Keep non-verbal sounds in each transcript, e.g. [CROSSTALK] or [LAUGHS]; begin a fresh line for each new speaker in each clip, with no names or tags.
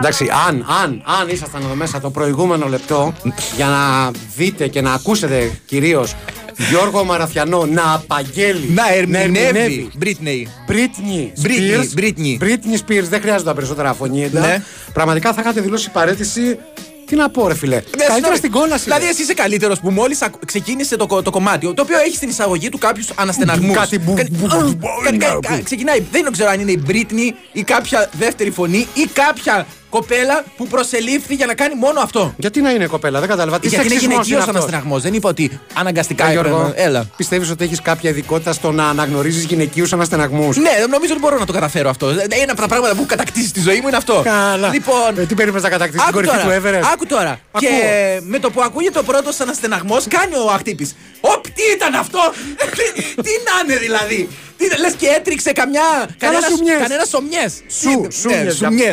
Εντάξει, αν, αν, αν ήσασταν εδώ μέσα το προηγούμενο λεπτό για να δείτε και να ακούσετε κυρίως Γιώργο Μαραθιανό να απαγγέλει.
Να ερμηνεύει. Μπρίτνεϊ.
Μπρίτνι
Britney,
Spears.
Britney.
Britney Spears, δεν χρειάζεται τα περισσότερα αφωνίεντα.
Ναι.
Πραγματικά θα είχατε δηλώσει παρέτηση. Τι να πω, ρε φιλέ. Καλύτερα στην κόλαση.
Ναι, Δηλαδή,
ρε.
εσύ είσαι καλύτερος που μόλις ξεκίνησε το, κο- το κομμάτι, το οποίο έχει στην εισαγωγή του κάποιους αναστεναγμούς.
Κάτι μπου- μπου- μπου- μπου-
Ξεκινάει, δεν ξέρω αν είναι η Britney ή κάποια δεύτερη φωνή ή κάποια κοπέλα που προσελήφθη για να κάνει μόνο αυτό.
Γιατί να είναι κοπέλα, δεν κατάλαβα. Τι
Γιατί είναι
σεξισμός
γυναικείο
αυτός.
αναστεναγμός. Δεν είπα ότι αναγκαστικά
Ε,
έπρεπε
Γιώργο,
να- Έλα.
πιστεύεις ότι έχεις κάποια ειδικότητα στο να αναγνωρίζεις γυναικείους αναστεναγμούς.
Ναι, νομίζω ότι μπορώ να το καταφέρω αυτό. Ε, Ένα από τα πράγματα που έχω κατακτήσει στη ζωή μου είναι αυτό.
Καλά.
Λοιπόν,
Ε, τι περίμενες να κατακτήσει την
Άκου
κορυφή
τώρα,
του Έβερε.
άκου τώρα.
Ακούω.
Και με το που ακούγεται ο πρώτος αναστεναγμός, κάνει ο αχτύπης. Οπ, τι ήταν αυτό! [LAUGHS] τι να είναι δηλαδή! Λες και έτριξε καμιά.
σουμιές.
Κανένας σομιέ.
Σου, σου,
ναι, σουμιές.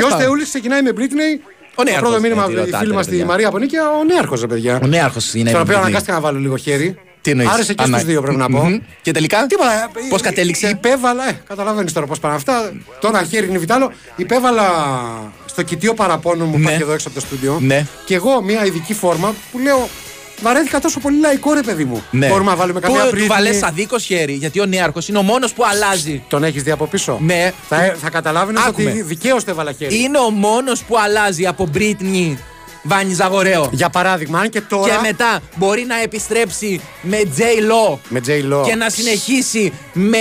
Και ω Θεούλης ξεκινάει με Britney.
Ο
Το
νέαρχος,
πρώτο
ε,
μήνυμα από
τι
τη
ρωτάτε,
φίλη
ρε,
μας τη
παιδιά.
Μαρία Απονίκια, ο νέαρχος, ρε παιδιά.
Ο νέαρχος είναι.
Στον οποίο
η Britney.
αναγκάστηκα να βάλω λίγο χέρι.
Τι εννοείς,
Άρεσε και
ανά-
στους δύο, πρέπει να πω.
Μμμ. Και τελικά.
Τίποτα.
Πώς
ε,
κατέληξε.
Υπέβαλα. Ε, Καταλαβαίνεις τώρα πώς πάνε αυτά. Τώρα χέρι είναι βιτάλο. Υπέβαλα στο κοιτίο παραπώνων μου
Ναι.
υπάρχει εδώ έξω από το στούντιο.
Ναι.
Και εγώ μια ειδική φόρμα που λέω. Βαρέθηκα τόσο πολύ λαϊκό ρε παιδί μου.
Ναι.
Μπορούμε να βάλουμε καμία
Του-
πριν.
Του βαλέ αδίκως χέρι, γιατί ο νέαρχος είναι ο μόνος που αλλάζει.
Τον έχεις δει από πίσω.
Ναι.
Θα, θα καταλάβαινες
Άκουμε.
ότι δικαίως το έβαλα χέρι.
Είναι ο μόνος που αλλάζει από Britney Βάνι Ζαγορέο.
Για παράδειγμα, αν και τώρα.
Και μετά μπορεί να επιστρέψει με J. Law
Με J. Law.
και να συνεχίσει με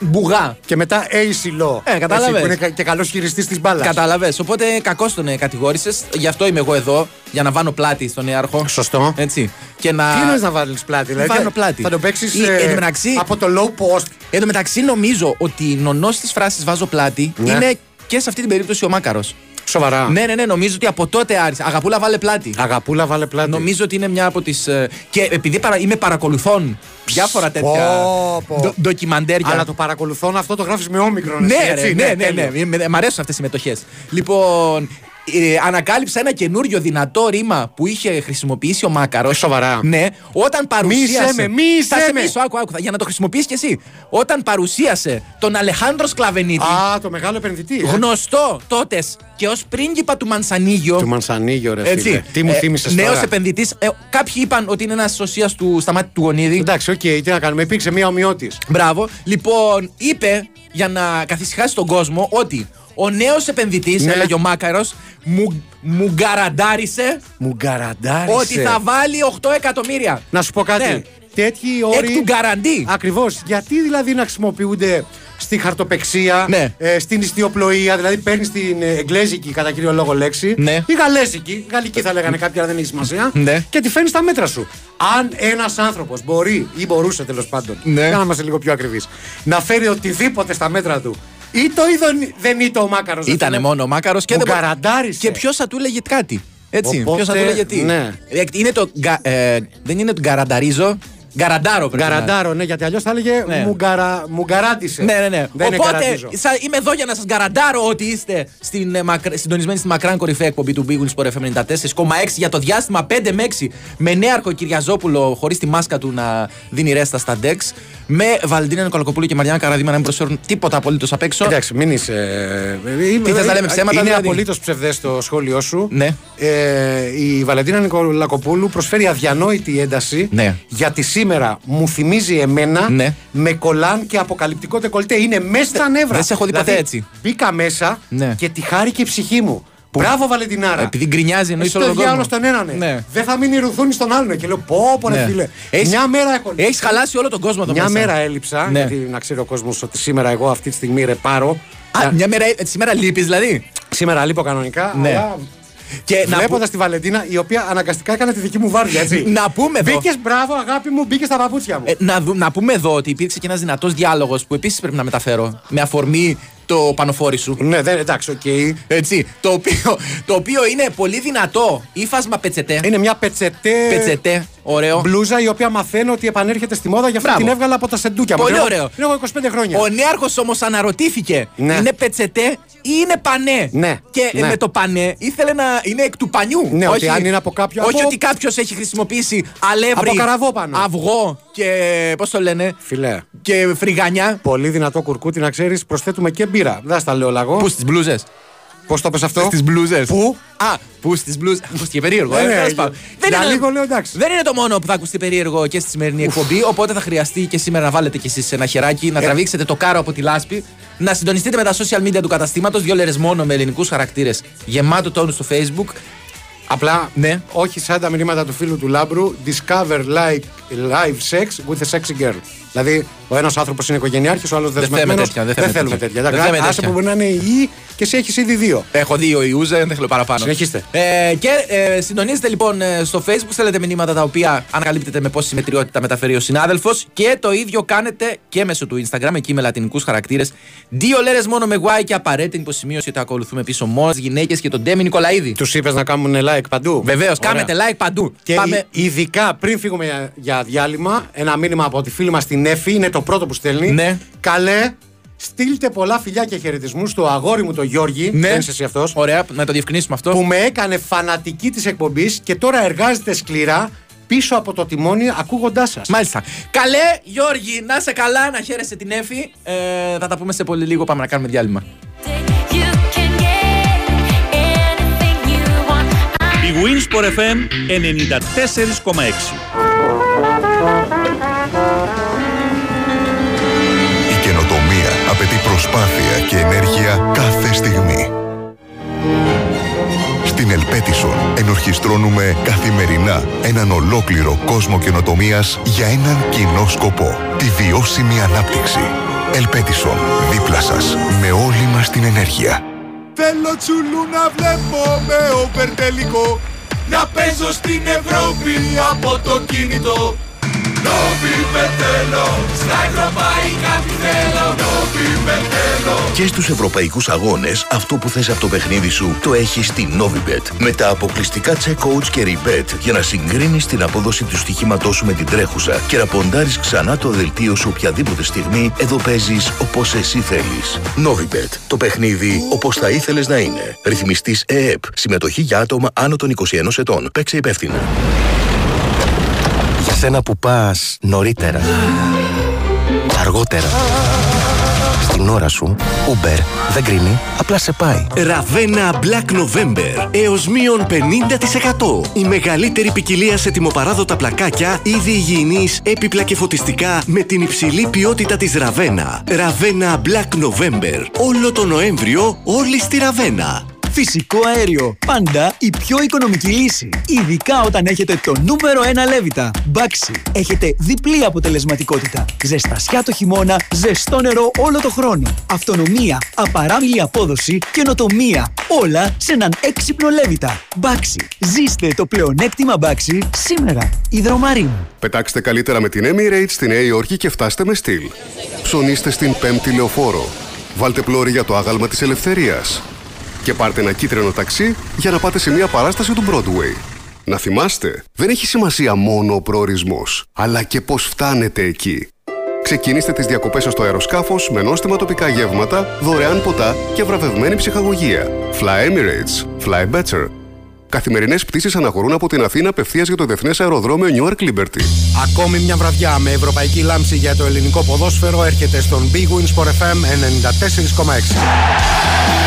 μπουγά.
Και μετά AC Law.
Ε, κατάλαβες.
Έτσι, Που είναι κα- και καλός χειριστής της μπάλας.
Κατάλαβες. Οπότε κακός τον κατηγόρησες. Γι' αυτό είμαι εγώ εδώ. Για να βάνω πλάτη στον νεάρχο.
Σωστό.
Έτσι. Και να.
Τι εννοείς να βάλεις πλάτη, δηλαδή.
Βάνω
θα-
Ε, πλάτη.
Θα το παίξεις
Ή, εν τω μεταξύ-
από το low post.
Εν τω μεταξύ, νομίζω ότι η νονός της φράσης βάζω πλάτη
Ναι.
είναι και σε αυτή την περίπτωση ο Μάκαρος.
Σοβαρά.
Ναι, ναι, ναι, νομίζω ότι από τότε άρχισε. Αγαπούλα, βάλε πλάτη.
Αγαπούλα, βάλε πλάτη.
Νομίζω ότι είναι μια από τις. Και επειδή παρα... είμαι παρακολουθών διάφορα τέτοια
πω, πω.
ντο- ντοκιμαντέρια.
Αλλά το παρακολουθώ αυτό το γράφεις με όμικρον.
Ναι,
εσύ, έτσι,
ρε, ναι, ναι,
τέλειο.
ναι, ναι. Μ' αρέσουν αυτές οι συμμετοχές. Λοιπόν, ε, ανακάλυψα ένα καινούριο δυνατό ρήμα που είχε χρησιμοποιήσει ο Μάκαρος.
Ε, Σοβαρά.
Ναι, όταν παρουσίασε.
με, μίσέ
Θα σε
με.
μίσω, άκου, άκου, θα- για να το χρησιμοποιήσει κι εσύ. Όταν παρουσίασε τον Αλεχάνδρο Σκλαβενίτη,
Α, το μεγάλο επενδυτή. ε.
γνωστό τότε και ως πρίγκιπα του Μανσανίγιο.
Του Μανσανίγιο, ρε
Έτσι. ε,
φίλε. Τι μου θύμισες
Νέος
τώρα.
επενδυτής. ε, κάποιοι είπαν ότι είναι ένας σωσίας του σταμάτη του γονίδι.
Εντάξει, οκ, τι να κάνουμε. Υπήρξε μία ομοιότης.
Μπράβο. Λοιπόν, είπε για να καθησυχάσει τον κόσμο ότι ο νέος επενδυτής,
Ναι.
έλεγε ο Μάκαρος, μου, μου γκαραντάρισε
Μου γκαραντάρισε.
ότι θα βάλει 8 εκατομμύρια.
Να σου πω κάτι.
Ναι.
Τέτοιοι
Εκ
όροι.
του γκαραντί.
Ακριβώς. Γιατί δηλαδή να χρησιμοποιούνται στη χαρτοπεξία,
Ναι.
ε, στην ιστιοπλοεία, δηλαδή παίρνεις την ε, εγγλέζικη κατά κύριο λόγο λέξη
Ναι.
ή γαλλέζικη, γαλλική θα λέγανε κάποιοι, αλλά δεν έχει σημασία,
Ναι.
και τη φέρνεις στα μέτρα σου. Αν ένας άνθρωπος μπορεί ή μπορούσε τέλος πάντων,
Ναι.
για να είμαστε λίγο πιο ακριβείς, να φέρει οτιδήποτε στα μέτρα του, ή το ή δεν- δεν είτε ο Μάκαρος.
Ήτανε μόνο ο Μάκαρος και
Μου
δεν. μπο-
γκαραντάρισε.
Και ποιος θα του έλεγε κάτι. Έτσι.
Οπότε,
Ποιος θα του έλεγε τι.
ναι.
Ε, Είναι το, γκα- ε, δεν είναι το γκαρανταρίζω. Γκαραντάρο πρέπει να είναι.
Γκαραντάρο, ναι, γιατί αλλιώς θα έλεγε
Ναι.
μου, γκαρα, μου γκαράντισε.
Ναι, ναι, ναι.
Δεν είναι
Οπότε
γκαραντίζω.
σα- είμαι εδώ για να σας γκαραντάρω ότι είστε στην, ε, μακρ- συντονισμένοι στην μακράν κορυφαία εκπομπή του Big Wings Sport FM 94,6 για το διάστημα 5 με 6 με νέαρχο Κυριαζόπουλο χωρίς τη μάσκα του να δίνει ρέστα στα ντεξ. Με Βαλεντίνα Νικολακοπούλου και Μαριάννα Καραδίμα να μην προσφέρουν τίποτα απολύτως απ' έξω.
Εντάξει, μην είσαι.
Τι θες να λέμε, ψέματα,
Ε, Είναι
δηλαδή?
απολύτως ψευδές το σχόλιο σου.
Ναι.
Ε, η Βαλεντίνα Νικολακοπούλου προσφέρει αδιανόητη ένταση
Ναι.
γιατί σήμερα μου θυμίζει εμένα
Ναι.
με κολάν και αποκαλυπτικό τεκολτέ. Είναι μέσα στα νεύρα.
δεν σε έχω δει
Δηλαδή,
ποτέ έτσι.
Μπήκα μέσα
Ναι.
και τη χάρηκε η ψυχή μου. Μπράβο, Βαλεντινάρα.
ε, Επειδή γκρινιάζει εννοεί
Εσύ
όλο
το
τον κόσμο.
διάολο στον έναν. ε.
Ναι.
Δεν θα μείνει ρουθούνη στον άλλον. ε, Και λέω, πω, πω, ρε
Ναι.
φίλε.
Έχεις-
Μια μέρα έχω λείψει.
Έχεις χαλάσει όλο τον κόσμο εδώ
Μια
μέσα.
μέρα έλειψα.
Ναι.
Γιατί να ξέρει ο κόσμος ότι σήμερα εγώ αυτή τη στιγμή ρεπάρω.
Α, μια μέρα, ε, σήμερα λείπεις δηλαδή.
Σήμερα λείπω κανονικά.
Ναι.
Αλλά
Και να
βλέποντας
πού-
τη Βαλεντίνα, η οποία αναγκαστικά έκανε τη δική μου βάρδια, έτσι.
Να πούμε εδώ.
Μπήκες, μπράβο, αγάπη μου, μπήκες στα παπούτσια μου.
Ε, να, δου- να πούμε εδώ ότι υπήρξε και ένας δυνατός διάλογος που επίσης πρέπει να μεταφέρω με αφορμή το πανοφόρι σου.
ναι, δεν, εντάξει, οκ.
Έτσι, το οποίο, το οποίο είναι πολύ δυνατό ύφασμα πετσετέ.
Είναι μια πετσετέ.
Πετσετέ, ωραίο.
Μπλούζα η οποία μαθαίνω ότι επανέρχεται στη μόδα, γι' αυτό
Μπράβο.
την έβγαλα από τα σεντούκια μου.
Πολύ
Την έχω-
ωραίο.
Την έχω 25 χρόνια.
Ο νέαρχος όμως αναρωτήθηκε,
Ναι.
είναι πετσετέ ή είναι πανέ.
Ναι,
Και ε,
ναι.
με το πανέ ήθελε να είναι εκ του πανιού.
Ναι, ότι αν είναι από κάποιο-
Όχι
από-
ότι κάποιος έχει χρησιμοποιήσει αλεύρι,
Από καραβόπανο.
αυγό και. Πώς το λένε.
Φιλέ.
Και φρυγανιά.
Πολύ δυνατό κουρκούτι να ξέρεις, προσθέτουμε και μπύρα. Δεν στα λέω λαγό.
Πού στις μπλούζες.
Πώς το πες αυτό.
Στις μπλούζες.
Πού?
Α, που στις μπλούζες. Ακούστηκε περίεργο.
Ναι,
ε,
ναι,
τέλος
για-
πάντων.
για λίγο λέω εντάξει.
Δεν είναι το μόνο που θα ακουστεί περίεργο και στη σημερινή εκπομπή. Οπότε θα χρειαστεί και σήμερα να βάλετε κι εσείς ένα χεράκι, να τραβήξετε το κάρο από τη λάσπη, να συντονιστείτε με τα social media του καταστήματος. Δύο λέρε μόνο με ελληνικούς χαρακτήρες γεμάτο τόνους στο facebook.
Απλά
Ναι.
όχι σαν τα μηνύματα του φίλου του Λάμπρου. Discover like live sex with a sexy girl. Δηλαδή, ο ένας άνθρωπος είναι οικογενειάρχης, ο άλλος δεσμευμένο.
τέτοια, δεν θέλουμε
θέλουμε
τέτοια.
τέτοια.
Δεν
εντάξει.
θέλουμε
Άσε
τέτοια.
που μπορεί να είναι η και εσύ έχεις ήδη δύο.
Έχω δύο ιούς, ε, δεν θέλω παραπάνω.
Συνεχίστε.
Ε, και ε, συντονίζετε λοιπόν ε, στο Facebook, στέλνετε μηνύματα τα οποία ανακαλύπτετε με πόση συμμετριότητα μεταφέρει ο συνάδελφος. Και το ίδιο κάνετε και μέσω του Instagram, εκεί με λατινικούς χαρακτήρες. Δύο λέρες μόνο με Y και απαραίτητη υποσημείωση ότι ακολουθούμε πίσω μόνο γυναίκες και τον Ντέμι Νικολαίδη.
Τους είπες να κάνουν like παντού.
Βεβαίως,
Ωραία.
κάνετε like παντού.
Και
Πάμε.
ει- ειδικά πριν φύγουμε για, για διάλειμμα, ένα μήνυμα από τη φίλη μας την Εφη, είναι το πρώτο που στέλνει.
Ναι.
Καλέ, στείλτε πολλά φιλιά και χαιρετισμούς στο αγόρι μου το Γιώργη.
Ναι.
Δεν είσαι εσύ αυτός.
Ωραία, να το διευκρινίσουμε αυτό.
Που με έκανε φανατική της εκπομπής και τώρα εργάζεται σκληρά πίσω από το τιμόνι ακούγοντάς σας.
Μάλιστα. Καλέ, Γιώργη, να σε καλά, να χαίρεσαι την Εφη. Ε, θα τα πούμε σε πολύ λίγο. Πάμε να κάνουμε διάλειμμα.
You can get anything you want.
Η Winsport FM 94,6.
Η καινοτομία απαιτεί προσπάθεια και ενέργεια κάθε στιγμή. Στην Ελπέτισον ενορχιστρώνουμε καθημερινά έναν ολόκληρο κόσμο καινοτομίας για έναν κοινό σκοπό. Τη βιώσιμη ανάπτυξη. Ελπέτισον, δίπλα σας, με όλη μας την ενέργεια.
Θέλω τσουλού να βλέπω με όπερ τελικό Να παίζω στην Ευρώπη από το κινητό Νόβι με θέλω, στα ευρωπαϊκά τι θέλω Νόβι με θέλω
Και στους ευρωπαϊκούς αγώνες, αυτό που θες από το παιχνίδι σου το έχεις στη Novibet. Με τα αποκλειστικά check-outs και rebet για να συγκρίνεις την απόδοση του στοιχήματός σου με την τρέχουσα και να ποντάρεις ξανά το δελτίο σου οποιαδήποτε στιγμή, εδώ παίζεις όπως εσύ θέλεις. Novibet. Το παιχνίδι όπως θα ήθελες να είναι. Ρυθμιστής ΕΕΠ. Συμμετοχή για άτομα άνω των 21 ετών. Παίξε υπεύθυνα.
Για σένα που πας νωρίτερα Αργότερα Στην ώρα σου Uber δεν κρίνει, απλά σε πάει
Ραβένα Black November. Έως μείον 50%. Η μεγαλύτερη ποικιλία σε τιμοπαράδοτα πλακάκια, είδη υγιεινής, έπιπλα και φωτιστικά με την υψηλή ποιότητα της Ραβένα. Ραβένα Black November. Όλο το Νοέμβριο, όλοι στη Ραβένα.
Φυσικό αέριο. Πάντα η πιο οικονομική λύση. Ειδικά όταν έχετε το νούμερο 1 λέβητα. Μπάξι. Έχετε διπλή αποτελεσματικότητα. Ζεστασιά το χειμώνα, ζεστό νερό όλο το χρόνο. Αυτονομία, απαράμιλη απόδοση, καινοτομία. Όλα σε έναν έξυπνο λέβητα. Μπάξι. Ζήστε το πλεονέκτημα Μπάξι σήμερα. Ιδρομαρίν.
Πετάξτε καλύτερα με την Emirates στη Νέα Υόρκη και φτάστε με στυλ. Ψωνίστε στην πέμπτη λεωφόρο. Βάλτε πλώρη για το άγαλμα της ελευθερίας. Και πάρτε ένα κίτρινο ταξί για να πάτε σε μια παράσταση του Broadway. Να θυμάστε, δεν έχει σημασία μόνο ο προορισμός, αλλά και πώς φτάνετε εκεί. Ξεκινήστε τις διακοπές σας στο αεροσκάφος με νόστιμα τοπικά γεύματα, δωρεάν ποτά και βραβευμένη ψυχαγωγία. Fly Emirates. Fly better. Καθημερινές πτήσεις αναχωρούν από την Αθήνα απευθείας για το Διεθνές Αεροδρόμιο New York Liberty.
Ακόμη μια βραδιά με ευρωπαϊκή λάμψη για το ελληνικό ποδόσφαιρο έρχεται στον Big Win Sport FM 94,6.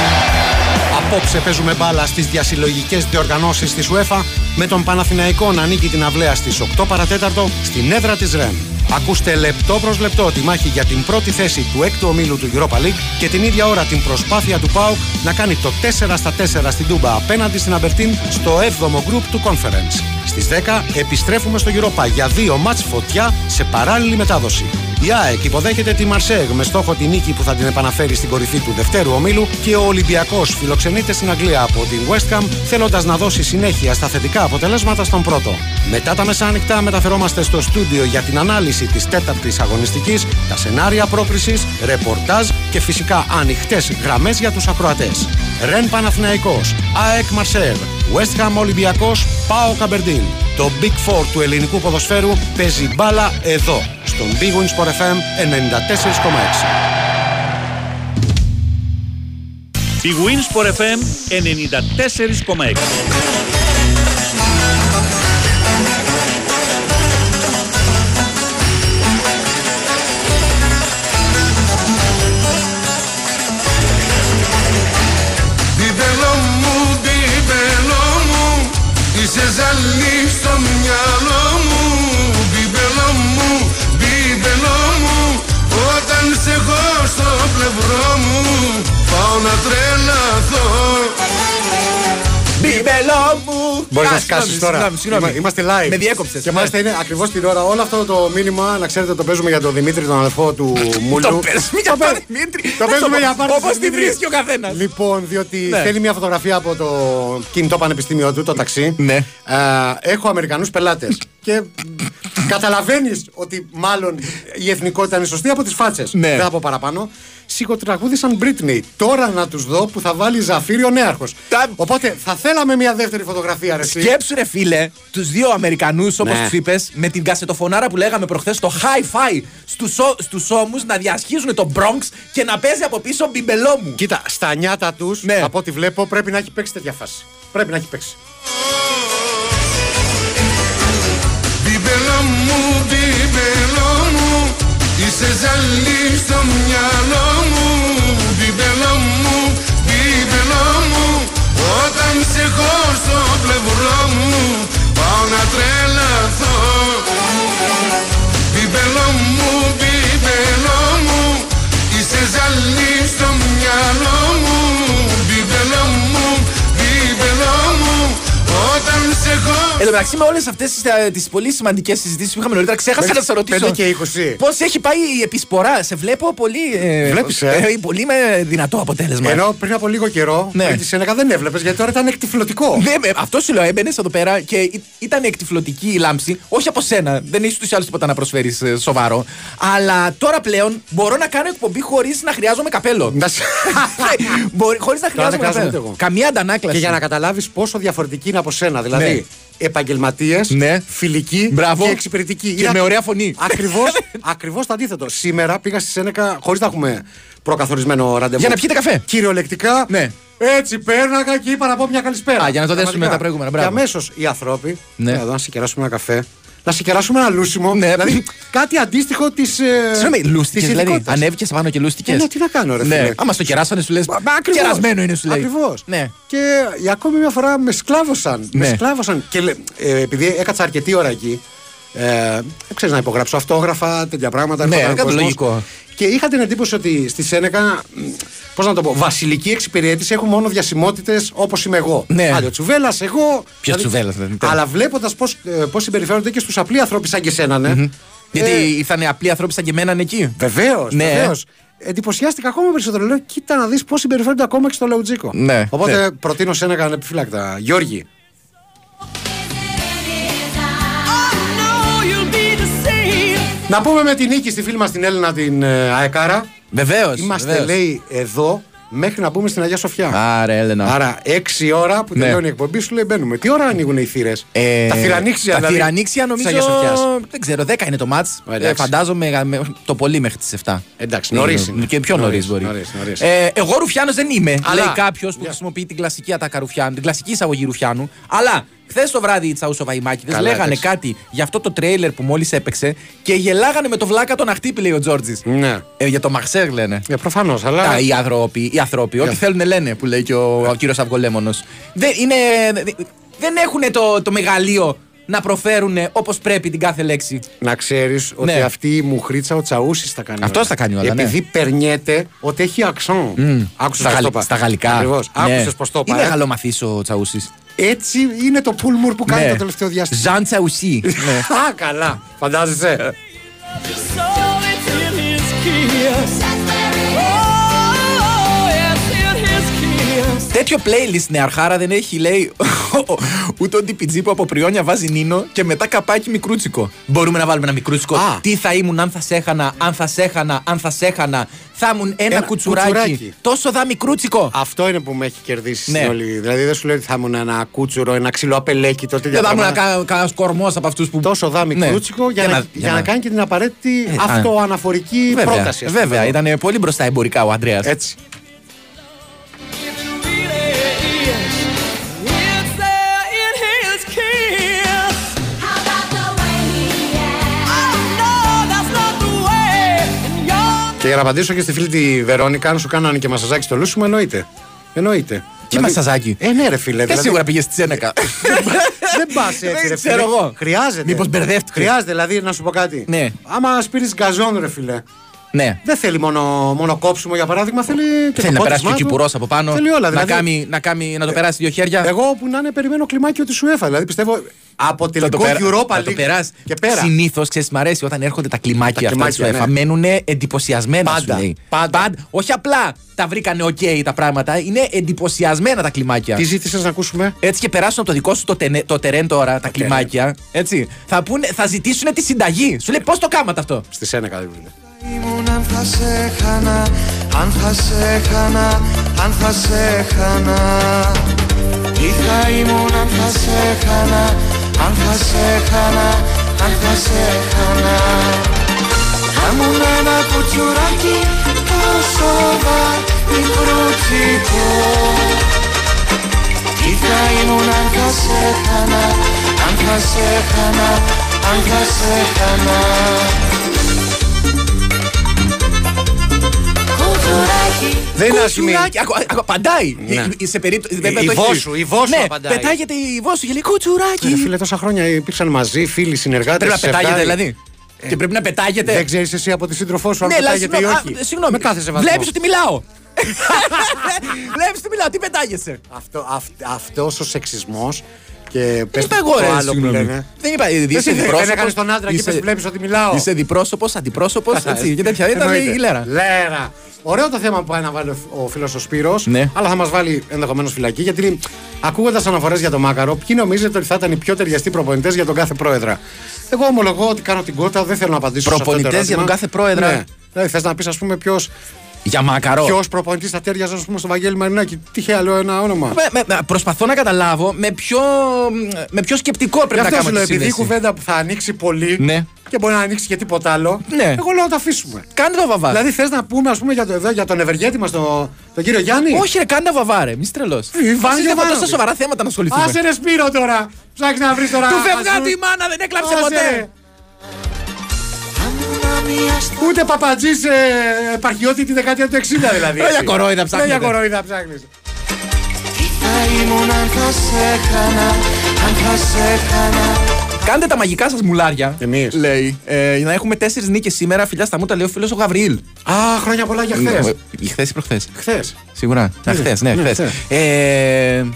Απόψε παίζουμε μπάλα στις διασυλλογικές διοργανώσεις της UEFA με τον Παναθηναϊκό να νίκει την αυλαία στις 8 παρατέταρτο στην έδρα της ΡΕΝ. Ακούστε λεπτό προς λεπτό τη μάχη για την πρώτη θέση του έκτου ομίλου του Europa League και την ίδια ώρα την προσπάθεια του ΠΑΟΚ να κάνει το 4 στα 4 στην Τούμπα απέναντι στην Αμπερτίν στο 7ο γκρουπ του Conference. Στις 10 επιστρέφουμε στο Europa για δύο μάτς φωτιά σε παράλληλη μετάδοση. Η ΑΕΚ υποδέχεται τη Μαρσέγ με στόχο τη νίκη που θα την επαναφέρει στην κορυφή του δευτέρου ομίλου και ο Ολυμπιακός φιλοξενείται στην Αγγλία από την West Ham θέλοντας να δώσει συνέχεια στα θετικά αποτελέσματα στον πρώτο. Μετά τα μεσάνυχτα μεταφερόμαστε στο στούντιο για την ανάλυση της τέταρτης αγωνιστικής, τα σενάρια πρόκρισης, ρεπορτάζ και φυσικά ανοιχτές γραμμές για τους ακροατές. Ρεν Παναθηναϊκός, ΑΕΚ Μαρσέγ, West Ham Ολυμπιακός, ΠΑΟ Καμπερντίν. Το Big Four του ελληνικού ποδοσφαίρου παίζει μπάλα εδώ, στον Big Win Sport FM 94,6.
Η Winsport FM 94,6.
Dime τρελαθώ
Μπιμπελό μου!
Μπορεί
Α,
να
συγγνώμη,
σκάσει τώρα.
Συγγνώμη, συγγνώμη.
Είμα- Είμαστε live.
Με διέκοψες.
Και μάλιστα είναι ακριβώς την ώρα. Όλο αυτό το μήνυμα, να ξέρετε, το παίζουμε για τον Δημήτρη, τον αδελφό του Μούλου.
[LAUGHS] Το παίζουμε [LAUGHS] για τον Δημήτρη.
Το παίζουμε για πάρτι.
Όπως τη βρίσκει ο καθένας.
Λοιπόν, διότι
Ναι.
θέλει μια φωτογραφία από το κινητό πανεπιστήμιο του, το ταξί.
Ναι.
Ε, έχω Αμερικανούς πελάτες. και καταλαβαίνεις ότι μάλλον η εθνικότητα είναι σωστή από τις φάτσες.
Ναι.
Δεν θα πω παραπάνω. Σηκωτραγούδησαν Britney. Τώρα να τους δω που θα βάλει ζαφύρι ο νέαρχος.
Τα-
Οπότε θα θέλαμε μια δεύτερη φωτογραφία, ρε. εσύ.
Σκέψου ρε φίλε, τους δύο Αμερικανούς όπως
Ναι.
τους είπες, με την κασετοφωνάρα που λέγαμε προχθές, το hi-fi στους ώμους να διασχίζουν το Bronx και να παίζει από πίσω μπιμπελό μου.
Κοίτα, στα νιάτα τους,
Ναι.
από ό,τι βλέπω, πρέπει να έχει παίξει τέτοια φάση. Πρέπει να έχει παίξει.
Μπιμπελό μου, μπιμπελό μου Είσαι ζαλί στο μυαλό μου Μπιμπελό μου, μπιμπελό μου Όταν σε έχω στο πλευρό μου Πάω να τρελαθώ Μπιμπελό μου, μπιμπελό μου Είσαι ζαλί στο μυαλό μου Μπιμπελό μου, μπιμπελό μου Όταν σε έχω
Εν τω μεταξύ, με όλες αυτές τις ε, πολύ σημαντικές συζητήσεις που είχαμε νωρίτερα, ξέχασα
Μέχρι
να σε ρωτήσω.
5 και 20.
Πώς έχει πάει η επισπορά, σε βλέπω πολύ. ε,
Βλέπεις, ε.
πολύ με δυνατό αποτέλεσμα.
Ενώ πριν από λίγο καιρό,
Ναι.
ναι. τη 11 δεν έβλεπες γιατί τώρα ήταν εκτυφλωτικό.
Ναι, με- αυτό σου λέω. Έμπαινες εδώ πέρα και ή- ήταν εκτιφλωτική η λάμψη. Όχι από σένα. Δεν είσαι του άλλου τίποτα να προσφέρεις σοβαρό. Αλλά τώρα πλέον μπορώ να κάνω εκπομπή χωρίς να χρειάζομαι καπέλο. [LAUGHS]
Να σε-
Χωρίς να
δεν
χρειάζομαι
χρειάζομαι ούτε
καπέλο.
εγώ.
Καμία αντανάκλαση.
Και για να καταλάβεις πόσο διαφορετική είναι από σένα. Δηλαδή, ναι. επαγγελματίε,
Ναι.
φιλικοί
Μπράβο.
και εξυπηρετικοί.
Και με ωραία φωνή.
Ακριβώς
[LAUGHS]
ακριβώς το αντίθετο. Σήμερα πήγα στι 11 χωρίς να έχουμε προκαθορισμένο ραντεβού.
Για να πιείτε καφέ.
Κυριολεκτικά.
Ναι.
Έτσι πέρναγα και είπα να πω μια καλησπέρα.
Α, για να το δέσουμε
Πραγματικά.
τα προηγούμενα, μπράβο.
Και αμέσως οι άνθρωποι.
Ναι.
Εδώ να σε κεράσουμε ένα καφέ. Να σε κεράσουμε ένα λούσιμο.
Ναι.
Δηλαδή κάτι αντίστοιχο ε, τη.
Συγγνώμη, λούστηκες δηλαδή. Ανέβηκες πάνω και λούστηκες.
Ε, ναι, τι να κάνω, ρε
Ναι.
φίλε.
Άμα στο κεράσανε, σου λες.
Ακριβώς.
Κερασμένο είναι, σου λέει.
Ακριβώς. Ε.
Ναι.
Και για ακόμη μια φορά με σκλάβωσαν.
Ναι.
Με σκλάβωσαν. Και λέ- ε, επειδή έκατσα αρκετή ώρα εκεί. Ε, ξέρεις να υπογράψω αυτόγραφα, τέτοια πράγματα.
Ναι,
έρχονταν ο
κάτι
κόσμος.
λογικό.
Και είχα την εντύπωση ότι στη Σένεκα, μ, πώς να το πω, βασιλική εξυπηρέτηση έχουν μόνο διασημότητες όπως είμαι εγώ.
Ναι.
Άλλη ο Τσουβέλλα, εγώ.
Τσουβέλλας, δηλαδή, τέλος.
Αλλά βλέποντας πώς συμπεριφέρονται και στους απλοί ανθρώπου σαν και εσένα, ναι.
Γιατί
ε,
ήτανε απλοί άνθρωποι σαν και εμένα εκεί.
Βεβαίως,
Ναι.
βεβαίως. Εντυπωσιάστηκα ακόμα περισσότερο. Λέω, κοίτα να δεις πώς συμπεριφέρονται ακόμα και στο Λεουτζίκο.
Ναι,
Οπότε
ναι.
προτείνω σε έναν επιφύλακτα. Γιώργη. Να πούμε με την νίκη στη φίλη μας την Έλληνα την ε, Αεκάρα.
Βεβαίως.
Είμαστε, λέει, εδώ μέχρι να μπούμε στην Αγία Σοφιά.
Άρα, Έλενα.
Άρα, 6 ώρα που
Ναι.
τελειώνει η εκπομπή σου λέει μπαίνουμε. Τι ώρα ανοίγουν οι θύρες.
Ε,
τα θηρανίξια
τα
δηλαδή.
θηρανίξια
της
νομίζω.
Αγίας Σοφιάς.
Δεν ξέρω, 10 είναι το μάτ.
εντάξει.
φαντάζομαι ε, με- το πολύ μέχρι τις 7.
Εντάξει, νωρίς
Ε,
είναι.
Και πιο νωρίς
Νωρίς,
μπορεί.
νωρίς, νωρίς.
Ε, εγώ Ρουφιάνος δεν είμαι.
Αλλά-
Λέει κάποιος που
Yeah.
χρησιμοποιεί την κλασική ατάκα Ρουφιάνου, την κλασική εισαγωγή Ρουφιάνου. Αλλά χθες το βράδυ οι Τσαούσοβα οι μάκηδε
Καλά,
λέγανε
εντάξει.
κάτι για αυτό το τρέιλερ που μόλις έπαιξε και γελάγανε με το βλάκα τον αχτύπη, λέει ο Τζόρτζης.
Ναι.
Ε, για το Μαξέρ λένε.
Ε, Προφανώς, αλλά.
Τα, οι άνθρωποι, οι άνθρωποι ό,τι θέλουν λένε που λέει και ο, ο κύριος Αυγολέμονος. Δεν, είναι, δεν έχουν το, το μεγαλείο να προφέρουν όπως πρέπει την κάθε λέξη.
Να ξέρεις ότι
Ναι.
αυτή η μουχρίτσα ο Τσαούσης τα κάνει.
Αυτός τα κάνει όλα, ναι.
Επειδή περνιέται ότι έχει αξόν. Mm. Άκουσες
στα,
πώ το
γαλλ-
είπα.
στα γαλλικά. Ναι.
Ακριβώ. Άκουσε πώ το είπα.
Είναι
ε.
γαλλομαθής ο Τσαούσης.
Έτσι είναι το πουλμουρ που κάνει το τελευταίο διάστημα.
Ζαν Τσαουσί. ναι.
Α, καλά. Φαντάζεσαι.
Τέτοιο playlist νεαρχάρα δεν έχει, λέει, ούτε ο DPG που από πριόνια βάζει νίνο και μετά καπάκι μικρούτσικο. Μπορούμε να βάλουμε ένα μικρούτσικο.
Α.
Τι θα ήμουν αν θα σε έχανα, αν θα σε έχανα, αν θα σε έχανα. Θα ήμουν ένα,
Ένα
κουτσουράκι.
κουτσουράκι.
Τόσο δα μικρούτσικο.
Αυτό είναι που με έχει κερδίσει
Ναι.
στην όλη. Δηλαδή δεν σου λέει ότι θα ήμουν ένα κούτσουρο, ένα ξυλό απελέκι, το
Δεν
τέτοια
θα ήμουν
πράγματα.
κανένας κορμός από αυτούς που.
Τόσο δάμι
Ναι.
κρούτσικο για, να, για να κάνει και την απαραίτητη
Ε, α.
αυτοαναφορική
Βέβαια,
πρόταση. ας πούμε.
βέβαια ήταν πολύ μπροστά εμπορικά ο Αντρέα.
Έτσι. Και για να απαντήσω και στη φίλη τη Βερόνικα, αν σου κάνανε και μασαζάκι στο λούσιμο, εννοείται. Εννοείται.
Τι μασαζάκι.
Ε, ναι, ρε φίλε.
Δεν
δηλαδή,
σίγουρα πήγες στι 11.
[LAUGHS] Δεν πας έτσι.
Δεν
ρε, φίλε.
ξέρω εγώ.
Χρειάζεται.
Μήπως μπερδεύτηκες.
Χρειάζεται, δηλαδή, να σου πω κάτι.
Ναι.
Άμα σπείρεις γκαζόν, ρε φίλε.
Ναι.
Δεν θέλει μόνο, μόνο κόψιμο για παράδειγμα, θέλει και
Θέλει
το
να περάσει και ο
πότισμά του.
Κυπουρός από πάνω.
Θέλει όλα.
να,
δηλαδή, ε,
κάνει, να, κάνει, να το περάσει δύο χέρια.
Εγώ που να είναι περιμένω κλιμάκιο της UEFA. Δηλαδή πιστεύω από
Θα το
τελικό
περα-
Europa
θα το
League
περάσει.
και πέρα.
Συνήθως, ξέρεις, μ' αρέσει όταν έρχονται τα κλιμάκια αυτά της
κλιμάκια,
UEFA.
ναι.
Μένουν εντυπωσιασμένα.
Πάντα,
Σου λέει. Πάντα. Όχι απλά τα βρήκανε οκ τα πράγματα. Είναι εντυπωσιασμένα τα κλιμάκια.
Τι ζήτησες να ακούσουμε.
Έτσι και περάσουν από το δικό σου το, τενε, το τερέν τώρα, τα κλιμάκια. Έτσι. Θα, πούνε, θα ζητήσουν τη συνταγή. Σου λέει πώς το κάματε αυτό.
Στη σένα καλή
Ήμουν αν θα σε χάνα, αν θα σε χάνα, αν θα σε χάνα Ή θα ήμουν αν θα σε χάνα, αν θα σε χάνα, αν θα σε χάνα Θα ήμουν ένα κουτσουράκι τόσο βαρυκρούτσικο Ή θα ήμουν αν θα σε χάνα, αν θα σε χάνα, αν θα σε χάνα
Δεν είναι άσχημη.
Κουτσουράκι. Ακου- ακου- Απαντάει.
Ναι.
Η- η- Σε περίπτωση.
Η-
δεν
η
το έχει
Βόσου,
πει.
η Βόσου
ναι,
απαντάει.
Πετάγεται η βόσου. Γελί κουτσουράκι.
Ρε φίλε, τόσα χρόνια υπήρξαν μαζί, φίλοι, συνεργάτες.
Πρέπει να πετάγεται δηλαδή. Και πρέπει να πετάγεται.
Ε. Δεν ξέρεις εσύ από τη σύντροφό σου αν
Ναι, αλλά
πετάγεται ή
συγγνώμη,
όχι.
α, συγγνώμη.
Με κάθε σεβασμό.
Βλέπεις ότι μιλάω. [LAUGHS] Βλέπεις ότι μιλάω, τι πετάγεσαι.
Αυτό αυ- αυτός ο σεξισμός. Και πες
είπα εγώ,
το
ρε,
άλλο που
συγγνώμη.
λένε.
Δεν είπα, ε,
Εσύ
είσαι
δεν- δεν
διπρόσωπος,
έκανες τον άντρα και
είσαι-
είπες, «Βλέπεις ότι μιλάω».
Είσαι διπρόσωπο, αντιπρόσωπος, έτσι. Και τέτοια ήταν
Εννοείται.
η Λέρα.
Λέρα. Ωραίο το θέμα που πάει να βάλει ο φ- ο φίλος ο Σπύρος,
Ναι.
αλλά θα μας βάλει ενδεχομένως φυλακή. Γιατί ακούγοντας αναφορές για τον Μάκαρο, ποιοι νομίζετε ότι θα ήταν οι πιο ταιριαστοί προπονητές για τον κάθε πρόεδρα. Εγώ ομολογώ ότι κάνω την κότα, δεν θέλω να απαντήσω
Προπονητές
σε αυτό το
για τον
ερώτημα.
κάθε πρόεδρα.
Ναι. Δηλαδή, θες να πεις, ας πούμε, ποιος
Για μακαρό.
προπονητή θα τέριαζε, ας πούμε, στο Βαγγέλη Μαρινάκη. Τυχαία άλλο ένα όνομα.
Με- με- με- Προσπαθώ να καταλάβω με ποιο, με ποιο σκεπτικό
Γι'
πρέπει να
αυτό σου
κάνουμε
λέω,
τη
επειδή η
σύνδεση.
κουβέντα που θα ανοίξει πολύ
Ναι.
και μπορεί να ανοίξει και τίποτα άλλο,
Ναι.
εγώ λέω να το αφήσουμε.
Κάνε τα βαβά.
Δηλαδή, θες να πούμε, ας πούμε, για, το, εδώ, για τον ευεργέτη μας, τον, τον κύριο Γιάννη.
Όχι, ρε, κάνε τα βαβά, ρε. Μη τρελό.
Ιβάν Γιοβάνοβιτς.
τόσα σοβαρά θέματα να ασχοληθούμε.
Άσε ρε Σπύρο τώρα. Ψάχνει να βρεις τώρα.
Του
ας
φευγάτη
πούμε.
η μάνα δεν έκλαψε
Άσε,
ποτέ.
ρε. Ούτε παπατζής ε, επαρχιώτη τη δεκαετία του 60 δηλαδή.
Ρε, για
έτσι.
κορόιδα
Ρε, Για
ψάχνετε.
κορόιδα ψάχνεις.
Θα ήμουν αν θα σε χάνα, αν θα σε χάνα
Κάντε τα μαγικά σας μουλάρια.
Εμείς.
Λέει. Ε, να έχουμε τέσσερις νίκες σήμερα. Φιλιά στα μούτα, λέει ο φίλος ο Γαβριήλ.
Α, χρόνια πολλά για
Ναι, ε,
χθες.
Χθε ή προχθές.
Χθες.
Σίγουρα. Ναι, χθες, ναι,
ναι,
χθες.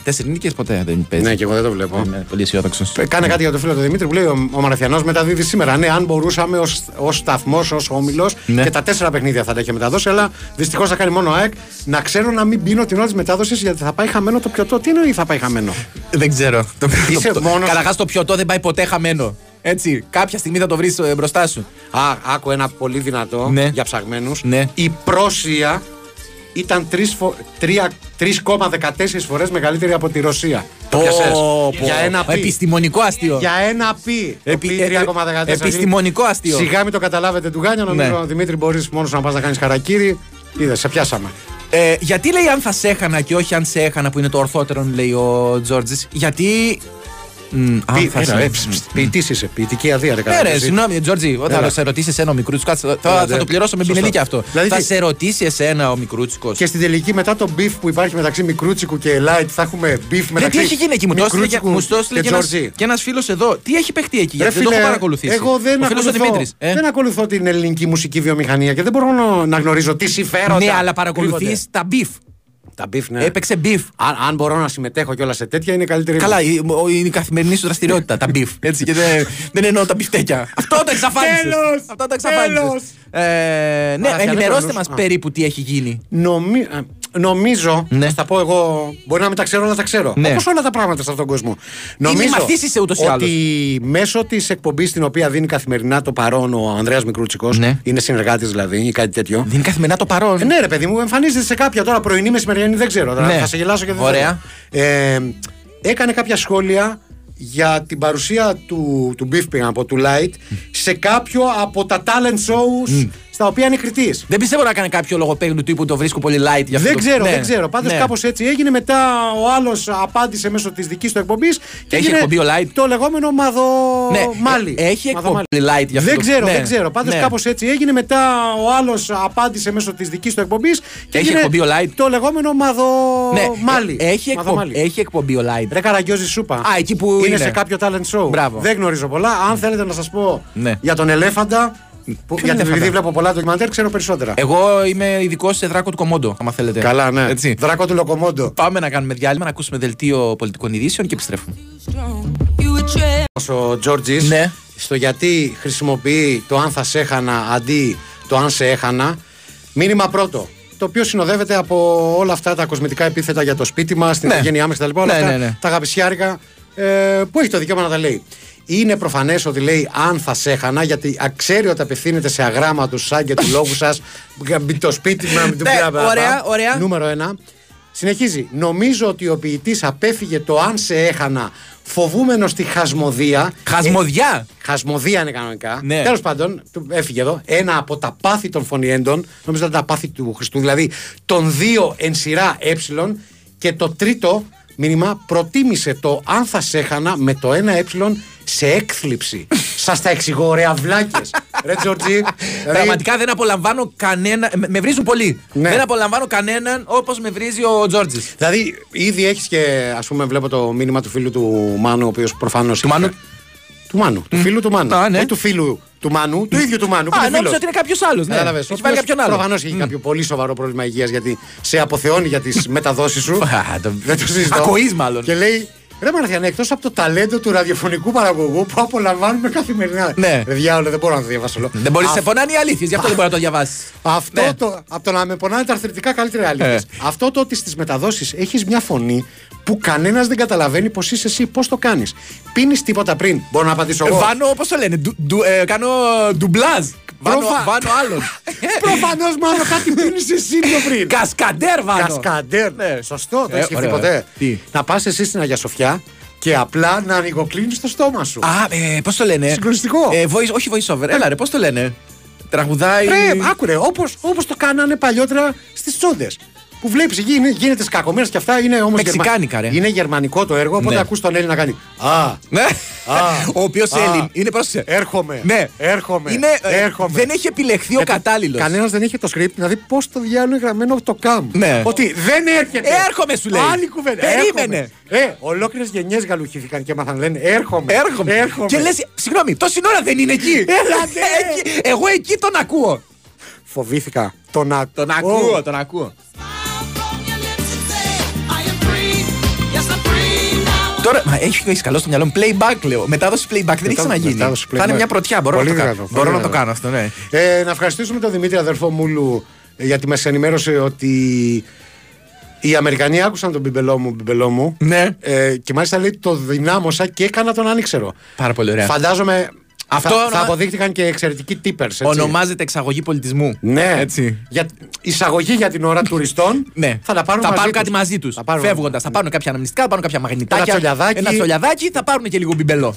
Τέσσερις νίκες ποτέ ε, δεν παίζει.
Ναι, και εγώ δεν το βλέπω.
Είμαι πολύ αισιόδοξος.
Ε, Κάνε κάτι για τον φίλο του Δημήτρη που λέει ο, ο Μαραθιανός μεταδίδει σήμερα. Ναι, αν μπορούσαμε ως σταθμός, ως όμιλος
Ναι.
και τα τέσσερα παιχνίδια θα τα είχε μεταδώσει. Αλλά δυστυχώς θα κάνει μόνο ΑΕΚ. Να ξέρω να μην πίνω την ώρα της μετάδοσης γιατί θα πάει χαμένο το πιωτό. Τι εννοεί θα πάει χαμένο.
Δεν ξέρω. Το-
Είσαι
το-
μόνος-
Καταρχάς, το πιωτό δεν πάει ποτέ χαμένο. Έτσι, κάποια στιγμή θα το βρεις μπροστά σου.
Α, άκου ένα πολύ δυνατό
Ναι.
για ψαγμένους.
Ναι.
Η Πρόσια ήταν τρεις φο- τρία- 3,14 φορές μεγαλύτερη από τη Ρωσία. Το πιασες. Για ένα πι.
Επιστημονικό αστείο.
Για ένα πι. Το
Επι-
πι
ε-
3,14.
επιστημονικό αστείο.
Σιγά μην το καταλάβετε του Γάνια. Νομίζω
Ναι.
ο Δημήτρη μπορείς μόνος να πας να κάνεις χαρακύρι. Είδες, σε πιάσαμε.
Ε, γιατί λέει αν θα σε έχανα και όχι αν σε έχανα που είναι το ορθότερο, λέει ο Τζόρτζης. Γιατί. Μ, αν θα
ε,
σε-
Ποιητής είσαι, ποιητική αδεία. ρε,
Ναι,
καλά,
ρε,
εσύ.
συγγνώμη, Τζόρτζι,
Έλα.
όταν σε ρωτήσει εσένα ο Μικρούτσικο, θα,
Έλα,
θα,
ναι.
το πληρώσω με
Σωστό.
πινελίκι αυτό.
Δηλαδή
θα
τι-
σε ρωτήσει εσένα ο Ε, Μικρούτσικος.
Και στην τελική, μετά το beef που υπάρχει μεταξύ Μικρούτσικου και Ελάιτ, θα έχουμε beef
Ρε,
μεταξύ
Ε, τι έχει γίνει εκεί, μου το έστειλε και-
Μικρούτσικου
μου το έστειλε
και
και ένας-
Τζορτζή.
και ένας φίλος εδώ. Τι έχει παιχτεί εκεί,
Ρε
γιατί δεν το
φίλε,
έχω παρακολουθήσει.
Εγώ δεν
ο φίλος
ακολουθώ,
ο Δημήτρης, ε.
δεν ακολουθώ την ελληνική μουσική βιομηχανία και δεν μπορώ να- να γνωρίζω τι συμφέροντα.
Ναι, αλλά παρακολουθείς
κρύβονται.
τα μπιφ.
Τα μπιφ, ναι.
Έπαιξε μπιφ.
Αν, αν μπορώ να συμμετέχω κιόλας σε τέτοια είναι η καλύτερη.
Καλά, η- ο- είναι η καθημερινή σου δραστηριότητα, τα μπιφ. Έτσι, και δεν, δεν εννοώ τα μπιφτέκια. [LAUGHS] Αυτό τα εξαφάνισες.
Τέλος!
Αυτό τα
Τέλος!
εξαφάνισε. Ε, ναι,
Παραθυανέ
ενημερώστε
κανόνες.
μα
Α.
περίπου τι έχει γίνει.
Νομι... ε, Νομίζω,
Ναι.
θα τα πω εγώ, μπορεί να μην τα ξέρω, αλλά τα ξέρω.
Ναι.
Όπως όλα τα πράγματα σε αυτόν τον κόσμο.
μαθής είσαι ούτως ή άλλως.
ότι μέσω της εκπομπής την οποία δίνει καθημερινά το παρόν ο Ανδρέας Μικρούτσικος,
Ναι.
είναι συνεργάτης δηλαδή ή κάτι τέτοιο.
Δεν είναι καθημερινά το παρόν.
Ε, Ναι, ρε παιδί μου, εμφανίζεται σε κάποια τώρα πρωινή μεσημεριανή, δεν ξέρω. τώρα
Ναι.
Θα σε γελάσω και δεν
Ωραία.
θέλω. Ε, έκανε κάποια σχόλια για την παρουσία του, του Beef πήγα να πω, του Light, σε κάποιο από τα talent shows στα οποία είναι κριτής.
Δεν πιστεύω να κάνει κάποιο λογοπαίγνου τύπου το βρίσκω πολύ light για αυτό.
Δεν
το-
ξέρω,
Ναι.
δεν ξέρω. Πάντως
Ναι.
κάπως έτσι έγινε. Μετά ο άλλος απάντησε μέσω της δικής του εκπομπής. Και
Έχει
έγινε
εκπομπή ο Light.
Το λεγόμενο
Ναι.
μαδομάλι.
Ε, έχει εκπομπή Light για αυτό
Δεν
το-
ξέρω,
ναι.
δεν ξέρω. Πάντως
Ναι.
κάπως έτσι έγινε. Μετά ο άλλος απάντησε μέσω της δικής του εκπομπής. Και
Έχει
έγινε
εκπομπή ο Light.
Το λεγόμενο
Ναι.
μαδομάλι.
Ε, Έχει, εκπομπ-
Μαδομάλι.
έχει εκπομπή ο light.
Ρε Καραγκιόζη Σούπα.
Α, εκεί που
είναι,
είναι.
σε κάποιο talent show.
Μπράβο.
Δεν γνωρίζω πολλά. Αν θέλετε να σας πω
Ναι.
για τον Ελέφαντα, Που- Γιατί
είναι
επειδή
φαντά-
βλέπω πολλά ντοκιμαντέρ, ξέρω περισσότερα.
Εγώ είμαι ειδικός σε δράκο του Κομόντο, άμα θέλετε.
Καλά, ναι.
Ε, Έτσι.
Δράκο του Λοκομόντο.
Πάμε να κάνουμε διάλειμμα, να ακούσουμε δελτίο πολιτικών ειδήσεων και επιστρέφουμε.
ο Τζόρτζης
Ναι.
στο γιατί χρησιμοποιεί το αν θα σε έχανα αντί το αν σε έχανα. Μήνυμα πρώτο. Το οποίο συνοδεύεται από όλα αυτά τα κοσμητικά επίθετα για το σπίτι μας, την
Ναι.
οικογένειά μας κτλ. Όλα
Ναι,
αυτά
ναι, ναι.
τα αγαπησιάρικα ε, που έχει το δικαίωμα να τα λέει. Είναι προφανές ότι λέει αν θα σε έχανα, γιατί α, ξέρει ότι απευθύνεται σε αγράμματους σαν και του λόγου
[LAUGHS]
σας. Το σπίτι μα, με την
Ναι,
μπλα, μπλα, μπλα.
ωραία, ωραία.
Νούμερο ένα. Συνεχίζει. Νομίζω ότι ο ποιητής απέφυγε το αν σε έχανα φοβούμενος τη χασμοδία.
Χασμοδιά!
Ε, χασμοδία είναι κανονικά.
Ναι.
Τέλος πάντων, του- έφυγε εδώ. Ένα από τα πάθη των φωνιέντων, νομίζω ήταν τα πάθη του Χριστού, δηλαδή των δύο εν σειρά ε. Και το τρίτο μήνυμα προτίμησε το αν θα σε έχανα με το ένα ε σε
[LAUGHS]
έκθλιψη. Σας τα εξηγώ, ωραία, βλάκες. Ρε Τζορτζή. Ε, ρε.
Πραγματικά δεν απολαμβάνω κανένα. με- Με βρίζουν πολύ.
Ναι.
Δεν απολαμβάνω κανέναν όπως με βρίζει ο Τζόρτζη.
Δηλαδή, ήδη έχεις και. Ας πούμε, βλέπω το μήνυμα του φίλου του Μάνου, ο οποίος προφανώς. Του Μάνου. Του Μάνου. Του φίλου του Μάνου.
Α, ναι.
Όχι του φίλου του Μάνου, του ίδιου του Μάνου. που
Α,
είναι φίλος.
νόμιζα ότι είναι κάποιος άλλος. Ναι.
Κατάλαβες, ο
Έχει βάλει
οποίος
κάποιον άλλο.
Προφανώς έχει κάποιο πολύ σοβαρό πρόβλημα υγείας γιατί σε αποθεώνει για [LAUGHS] τις μεταδόσεις σου.
Α, το-
Δεν το συζητώ.
Ακοής μάλλον.
Και λέει, ρε Μαραθιανέ, εκτός από το ταλέντο του ραδιοφωνικού παραγωγού που απολαμβάνουμε καθημερινά.
Ναι.
Ρε διάολο, δεν μπορώ να το διαβάσω. όλο.
Δεν μπορείς να
Α-
σε φωνάνε οι αλήθειες, γι' αυτό δεν μπορείς να το διαβάσεις.
αυτό
Ναι.
το, από το να με πονάνε τα αρθρητικά καλύτερα αλήθεια.
Ε.
Αυτό το ότι στις μεταδόσεις έχεις μια φωνή που κανένας δεν καταλαβαίνει πώ είσαι εσύ, πώς το κάνεις. Πίνεις τίποτα πριν. Μπορώ να απαντήσω Ε, εγώ.
Βάνω, όπω το λένε, ντου- ντου- ε, κάνω ντουμπλάζ. Βάνω,
Προφα-
βάνω άλλον.
Ε,
Ε.
Προφανώς μάλλον κάτι πίνεις εσύ πιο πριν.
Κασκαντέρ βάνω.
Κασκαντέρ. Σωστό, το
Ε,
έχεις σκεφτεί
ωραίο,
ποτέ.
ε. Τι?
Να πας εσύ στην Αγία Σοφιά και απλά να ανοιγοκλίνεις το στόμα σου.
Α, ε, πώς το λένε.
Συγκλονιστικό.
Ε, voice, όχι voice over. Έλα, ρε, πώς το λένε. Τραγουδάει.
Ρε, άκουρε, όπως όπως το κάνανε παλιότερα στις τσόντες. Που βλέπεις εκεί είναι- γίνεται σκακωμένε και αυτά είναι όμως.
Μεξικάνικα, ρε.
Είναι γερμανικό το έργο, οπότε
Ναι.
ακούς τον Έλλη να κάνει. Α,
Ναι.
Α,
ο οποίος
α,
Έλλην είναι πρόσεξε.
έρχομαι.
Ναι.
Έρχομαι.
Είναι, ε,
έρχομαι.
Δεν έχει επιλεχθεί ο κατάλληλος.
Κανένας δεν είχε το script να δει πώς το διάλογο είναι γραμμένο το καμ.
Ναι.
Ότι δεν έρχεται.
Έρχομαι, σου λέει.
Άλλη κουβέντα.
Περίμενε.
Έρχομαι. Ε, ολόκληρες γενιές γαλουχήθηκαν και έμαθαν. Λένε έρχομαι.
Έρχομαι.
έρχομαι.
Και λες, συγγνώμη, τόση ώρα δεν είναι εκεί.
Έλατε.
[LAUGHS] Εκεί- Εγώ εκεί τον ακούω.
Φοβήθηκα. Τον, α...
Τον ακούω, τον ακούω. Τώρα, μα έχει, έχει καλό στο μυαλό μου. Playback λέω. Μετάδοση playback δεν έχει ξαναγίνει.
μετάδοση playback.
Θα είναι μια πρωτιά. Μπορώ,
Πολύ
να, το κάνω.
δυνατό, πολύ
μπορώ να το
δυνατό.
κάνω αυτό, ναι.
Ε, να ευχαριστήσουμε τον Δημήτρη αδερφό Μούλου ε, γιατί μας ενημέρωσε ότι οι Αμερικανοί άκουσαν τον μπιμπελό μου, μπιμπελό μου.
Ναι.
Ε, και μάλιστα λέει το δυνάμωσα και έκανα τον ανήξερο.
Πάρα πολύ ωραία.
Φαντάζομαι
Αυτό
θα,
ονομα-
θα αποδείχτηκαν και εξαιρετικοί τύπερ.
Ονομάζεται εξαγωγή πολιτισμού.
Ναι.
Έτσι.
Για... Εισαγωγή για την ώρα τουριστών.
Ναι.
Θα τα πάρουν, μαζί τους.
κάτι μαζί τους.
Θα πάρουν-
Φεύγοντας, θα πάρουν κάποια αναμνηστικά, θα πάρουν κάποια μαγνητάκια.
Ένα τσολιαδάκι.
Ένα τσολιαδάκι, θα πάρουν και λίγο μπιμπελό.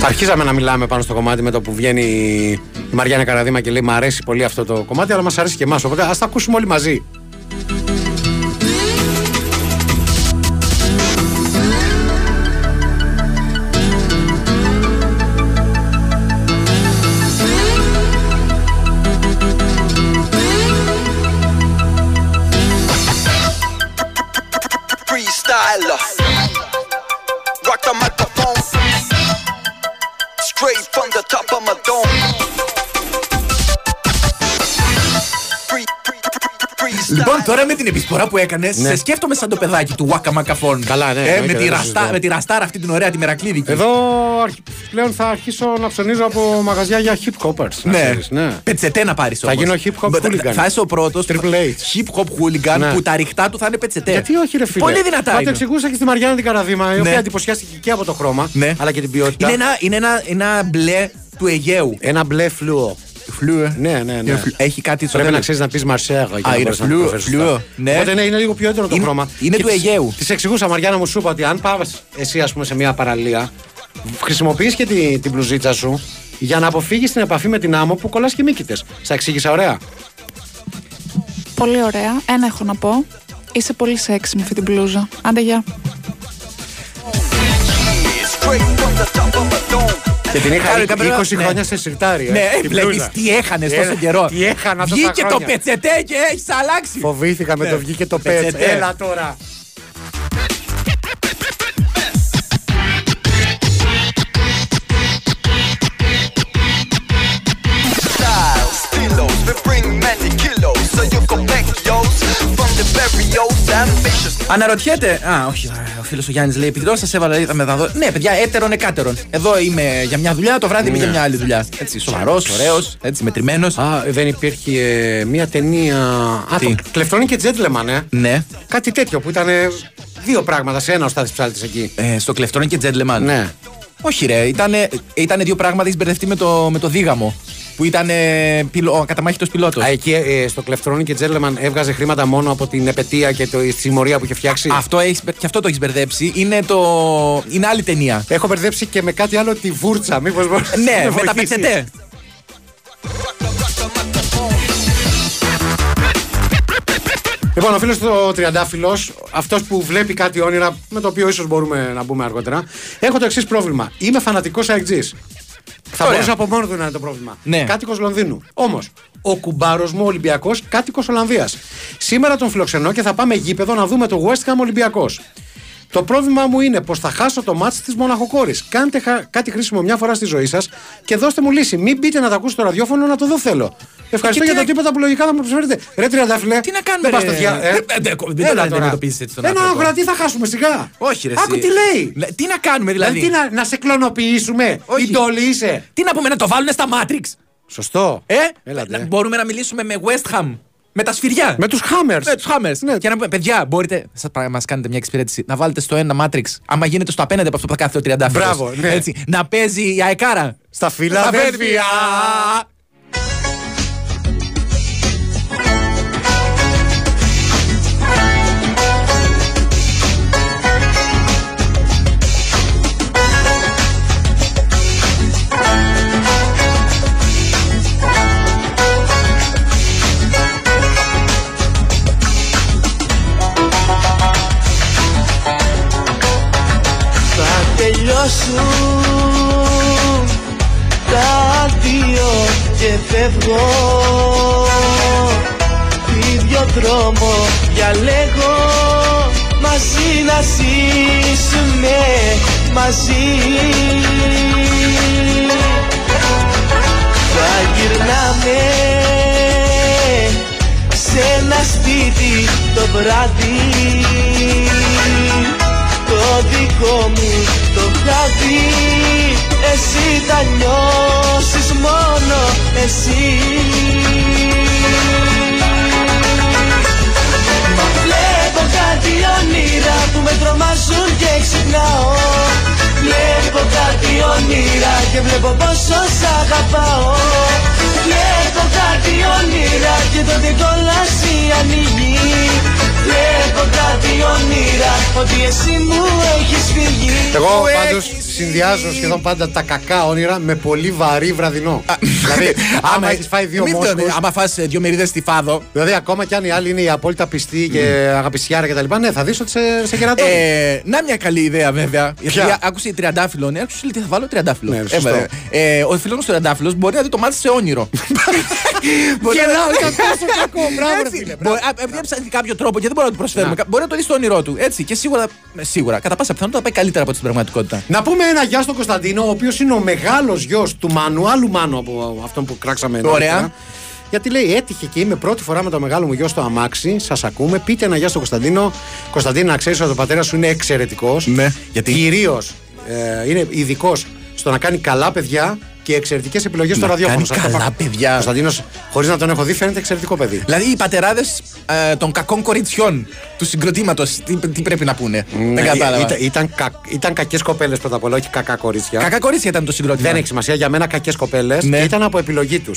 Θα αρχίζαμε να μιλάμε πάνω στο κομμάτι με το που βγαίνει η Μαριάννα Καραδίμα και λέει Μ' αρέσει πολύ αυτό το κομμάτι, αλλά μας αρέσει και εμάς. Οπότε ας τα ακούσουμε όλοι μαζί.
freestyler. Rock the microphone. Straight from the top of my dome. Free, free, free, freestyle.
Λοιπόν, τώρα με την επισπορά που έκανες, σε σκέφτομαι σαν το παιδάκι του Waka Maka Phone.
Ναι. Καλά, ναι,
Ε,
ναι,
με,
και
τη
δεν Ε,
ραστά,
συζητώ.
με τη ραστάρα αυτή την ωραία, τη μερακλίδικη.
Εδώ αρχι- πλέον θα αρχίσω να ψωνίζω από μαγαζιά για hip hoppers. να
Ναι.
ξέρεις, ναι.
Πετσετέ να πάρεις όμως.
γίνω hip hop hooligan.
Θα είσαι ο πρώτος.
Triple H.
Hip hop hooligan
Ναι.
που τα ρηχτά του θα είναι πετσετέ.
Γιατί όχι, ρε φίλε.
Πολύ δυνατά.
Θα το
είναι.
εξηγούσα και στη Μαριάννα την Καραδίμα, η
Ναι.
οποία εντυπωσιάστηκε και από το χρώμα,
Ναι.
αλλά και την ποιότητα.
Είναι ένα, είναι ένα, ένα μπλε του Αιγαίου.
Ένα μπλε φλούο.
Φλούε.
Ναι, ναι, ναι.
Έχει κάτι στο
Πρέπει να
τέλος.
ξέρεις να πεις Μαρσέγα.
Α, είναι φλούο, φλούο, ναι.
Οπότε ναι, είναι λίγο πιο έντονο το
Είναι-
χρώμα.
είναι του Αιγαίου.
Τη εξηγούσα, Μαριάννα μου, σου είπα ότι αν πα εσύ, ας πούμε, σε μια παραλία, χρησιμοποιείς και τη, την πλουζίτσα σου για να αποφύγεις την επαφή με την άμμο που κολλάς και μύκητες. Σα εξήγησα, ωραία.
Πολύ ωραία. Ένα έχω να πω. Είσαι πολύ σεξι με αυτή την μπλούζα. Άντε, γεια.
Straight from the top of my dome.
Και την είχα
Κανονικά
20
πρέπει να- ναι.
χρόνια σε σιρτάρι. ε,
Ναι,
την
βλέπει
μπλούζα.
τι έχανες τόσο
Ε,
καιρό.
Τι έχανα τόσα
Βγήκε το
χρόνια.
πετσετέ και έχεις αλλάξει.
Φοβήθηκα με
Ναι.
το βγήκε το πέτσε.
Πετσετέ.
Έλα τώρα.
Styles, kilos, we bring many kilos, so you go back, yo. From the barrios, ambitious.
Αναρωτιέται. Α, όχι, α, ο φίλος ο Γιάννης λέει: Επειδή τώρα σας έβαλα, είδα με εδώ. Ναι, παιδιά, έτερον εκάτερον. Εδώ είμαι για μια δουλειά, το βράδυ είμαι
Ναι.
για μια άλλη δουλειά. Έτσι, σοβαρός, ωραίος, έτσι, μετρημένος.
Α, δεν υπήρχε ε, μια ταινία. Α, το
Τι?
Κλεφτόνι και Τζέντλεμαν, ε.
Ναι.
Κάτι τέτοιο που ήταν ε, δύο πράγματα σε ένα ο Στάθης Ψάλτης εκεί.
Ε, στο κλεφτόν και τζέντλεμαν.
Ναι.
Όχι, ρε, ήτανε, ήτανε δύο πράγματα. Έχεις μπερδευτεί με το, με το δίγαμο. Που ήταν πιλο, καταμάχητος πιλότος.
Α, εκεί ε, στο Κλεφτόνι και Τζέντλεμαν έβγαζε χρήματα μόνο από την επαιτία και το, τη συμμορία που είχε φτιάξει.
Αυτό έχεις, μπε- και αυτό το έχεις μπερδέψει. Είναι, το, είναι άλλη ταινία.
Έχω μπερδέψει και με κάτι άλλο τη βούρτσα. Μήπως μπορείς να
ναι,
με
με τα
βοηθήσεις.
πετσετέ.
Λοιπόν, ο φίλος ο Τριαντάφυλλος, αυτός που βλέπει κάτι όνειρα, με το οποίο ίσως μπορούμε να μπούμε αργότερα, έχω το εξής πρόβλημα. Είμαι φανατικός αεκτζή. Θα
Ωραία.
μπορούσε από μόνο του να είναι το πρόβλημα.
Ναι.
Κάτοικος Λονδίνου. Όμως, ο κουμπάρος μου Ολυμπιακός, κάτοικος Ολλανδίας. Σήμερα τον φιλοξενώ και θα πάμε γήπεδο να δούμε το West Ham Ολυμπιακός. Το πρόβλημα μου είναι πως θα χάσω το μάτς της Μοναχοκόρης. Κάντε χα- κάτι χρήσιμο μια φορά στη ζωή σας και δώστε μου λύση. Μην μπείτε να τα ακούσετε το ραδιόφωνο να το δω θέλω. Ευχαριστώ
Και
για
τι
τα
να-
τίποτα που λογικά θα μου προσφέρετε. Ρε Τριαντάφυλλε.
Τι να
Δεν
κάνουμε,
πας
ρε.
στο δια- ε.
Δεν- δεν- δεν- δεν
Έλα
τον
τώρα.
αντιμετωπίζεις έτσι τον
Ένα
άνθρωπο.
αγροτή θα χάσουμε σιγά.
Όχι, ρε.
Άκου
εσύ.
τι λέει.
Λε- Τι να κάνουμε, δηλαδή.
Ναι. Δηλαδή, τι να, να σε κλωνοποιήσουμε.
Όχι.
Η τόλη είσαι.
Τι να πούμε, να το βάλουν στα Matrix.
Σωστό.
Ε,
Έλατε.
να- μπορούμε να μιλήσουμε με West Ham. Με τα σφυριά.
Με τους Hammers. Ναι,
με τους Hammers. Και να πούμε, παιδιά, μπορείτε, σα μας κάνετε μια εξυπηρέτηση, να βάλετε στο ένα Matrix, άμα γίνεται στο απέναντι από αυτό που θα κάθεται ο 30
Μπράβο, ναι.
Έτσι, να παίζει η Αεκάρα.
Στα Φιλαδέλφια.
Θα τελειώσουν τα δύο και φεύγω ίδιο δρόμο διαλέγω μαζί να ζήσουμε μαζί θα γυρνάμε σε ένα σπίτι το βράδυ το δικό μου το χάδι Εσύ θα νιώσεις μόνο εσύ Βλέπω κάτι όνειρα που με τρομάζουν και ξυπνάω Βλέπω κάτι όνειρα και βλέπω πόσο σ' αγαπάω Βλέπω κάτι όνειρα και το κόλαση ανοίγει Βλέπω κάτι όνειρα ότι εσύ μου έχεις φύγει
Εγώ πάντω συνδυάζω σχεδόν πάντα τα κακά όνειρα με πολύ βαρύ βραδινό.
[LAUGHS]
δηλαδή, άμα έχεις φάει δύο
Μην φταίω, ναι.
μόσχους,
Άμα φας ε, δύο μερίδες στη φάδο.
Δηλαδή, ακόμα κι αν οι άλλοι είναι οι απόλυτα πιστοί και αγαπησιάρα και τα λοιπά, ναι, θα δεις ότι σε, σε κερατώνει.
Ναι. Ε, να μια καλή ιδέα βέβαια. Γιατί άκουσε η τριαντάφυλλο. Ναι, άκουσε τι θα βάλω τριαντάφυλλο.
Ναι, σωστό.
Έβαλε. ε, ο φίλο μου τριαντάφυλλος μπορεί να δει το μάτι σε όνειρο.
[LAUGHS]
Μπορεί να-
Γελάω, ήταν
[LAUGHS]
τόσο κακό. Μπράβο, ρε
Έτσι,
φίλε,
μπορεί- α, επειδή ψάχνει κάποιο τρόπο γιατί δεν μπορούμε να του προσφέρουμε. κα- Μπορεί να το δει στο όνειρό του. Έτσι και σίγουρα, ε, σίγουρα κατά πάσα πιθανότητα θα πάει καλύτερα από την πραγματικότητα.
Να πούμε ένα γεια στον Κωνσταντίνο, ο οποίος είναι ο μεγάλος γιος του Μανουάλου Μάνου από αυτόν που κράξαμε νωρίτερα.
Ωραία.
Γιατί λέει, έτυχε και είμαι πρώτη φορά με το μεγάλο μου γιο στο αμάξι. Σας ακούμε. Πείτε ένα γεια στον Κωνσταντίνο. Κωνσταντίνο, να ξέρεις ότι ο πατέρας σου είναι εξαιρετικός.
Ναι, γιατί?
Κυρίως είναι ειδικός στο να κάνει καλά παιδιά και εξαιρετικές επιλογές στο
Να
ραδιόφωνο.
κάνει
Σας τα
καλά
πάω.
παιδιά.
Κωνσταντίνος, χωρίς να τον έχω δει, φαίνεται εξαιρετικό παιδί.
Δηλαδή οι πατεράδες των κακών κοριτσιών του συγκροτήματος, τι, τι πρέπει να πούνε.
Ναι,
δεν Ναι, κατάλαβα.
Ε, Ήταν, ήταν, κα- ήταν κακές κοπέλες πρώτα απ' όλα, όχι κακά κορίτσια.
Κακά κορίτσια ήταν το συγκρότημα.
Δεν έχει σημασία για μένα κακές κοπέλες.
Ναι.
Ήταν από επιλογή τους.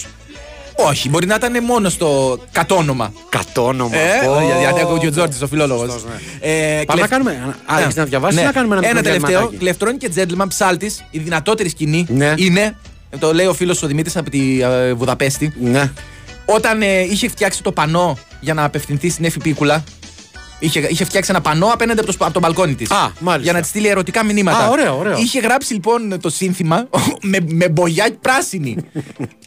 Όχι, μπορεί να ήταν μόνο στο κατόνομα.
Κατόνομα.
Ε,
Πω.
γιατί- Γιατί ακούω και ο Τζόρτζης, ο φιλόλογος.
Σωστός, ναι.
Ε, Ναι.
Πάμε να κάνουμε. Α, έχεις να διαβάσεις ή να κάνουμε ένα
Ένα
μικρό
τελευταίο.
διαλυματάκι?
Κλεφτρώνει και Τζέντλμαν ψάλτης. Η δυνατότερη σκηνή
Ναι.
είναι. Το λέει ο φίλος ο Δημήτρης από τη ε, Βουδαπέστη.
Ναι.
Όταν ε, είχε φτιάξει το πανό για να απευθυνθεί στην Εφη Πίκουλα. Είχε, είχε φτιάξει ένα πανό απέναντι από το, σπα- από το μπαλκόνι της. Για να της στείλει ερωτικά μηνύματα.
Α, ωραίο, ωραίο.
Είχε γράψει λοιπόν το σύνθημα [LAUGHS] με, με μπογιά
[LAUGHS]
πράσινη.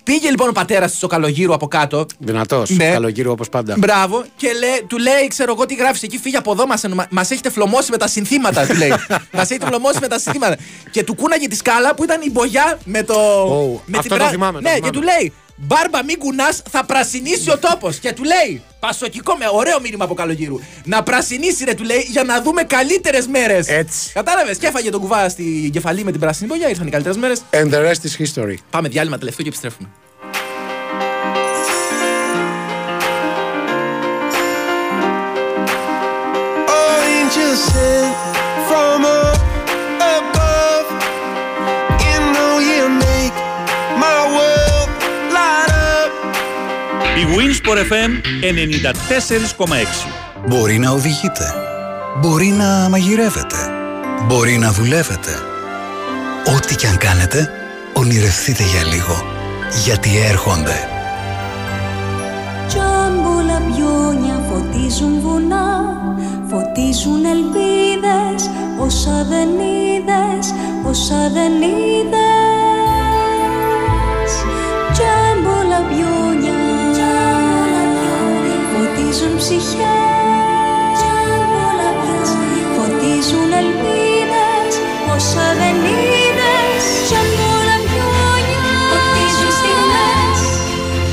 Πήγε λοιπόν ο πατέρας της ο Καλογύρου από κάτω.
Δυνατός.
Ναι.
Καλογύρου όπως πάντα.
Μπράβο, και λέ, του λέει: Ξέρω εγώ τι γράφεις εκεί, φύγει από εδώ. Μας μας έχετε φλωμώσει με τα συνθήματα,
[LAUGHS]
του λέει. μας έχετε φλωμώσει με τα συνθήματα. Και του κούναγε τη σκάλα που ήταν η μπογιά με το.
Ω, αυτό το θυμάμαι, το
Ναι,
θυμάμαι.
και του λέει: Μπάρμπα, μην κουνάς, θα πρασινίσει ο τόπος. Και του λέει: Πασοκικό με ωραίο μήνυμα από καλογύρου. Να πρασινίσει, ρε, του λέει, για να δούμε καλύτερες μέρες. Έτσι. Κατάλαβες, και έφαγε τον κουβά στην κεφαλή με την πράσινη μπογιά, ήρθαν οι καλύτερες μέρες.
And the rest is history.
Πάμε διάλειμμα τελευταίο και επιστρέφουμε.
angels sent from up above. You know you make my world light up.
Η Winsport FM 94,6.
Μπορεί να οδηγείτε. Μπορεί να μαγειρεύετε. Μπορεί να δουλεύετε. Ό,τι κι αν κάνετε, ονειρευτείτε για λίγο. Γιατί έρχονται.
Τζάμπουλα πιόνια φωτίζουν βουνά Φωτίζουν ελπίδες Όσα δεν είδες Όσα δεν είδες Τζάμπουλα πιόνια Φωτίζουν ψυχές Φωτίζουν ελπίδες Όσα δεν είδες Τζάμπουλα πιόνια Φωτίζουν στιγμές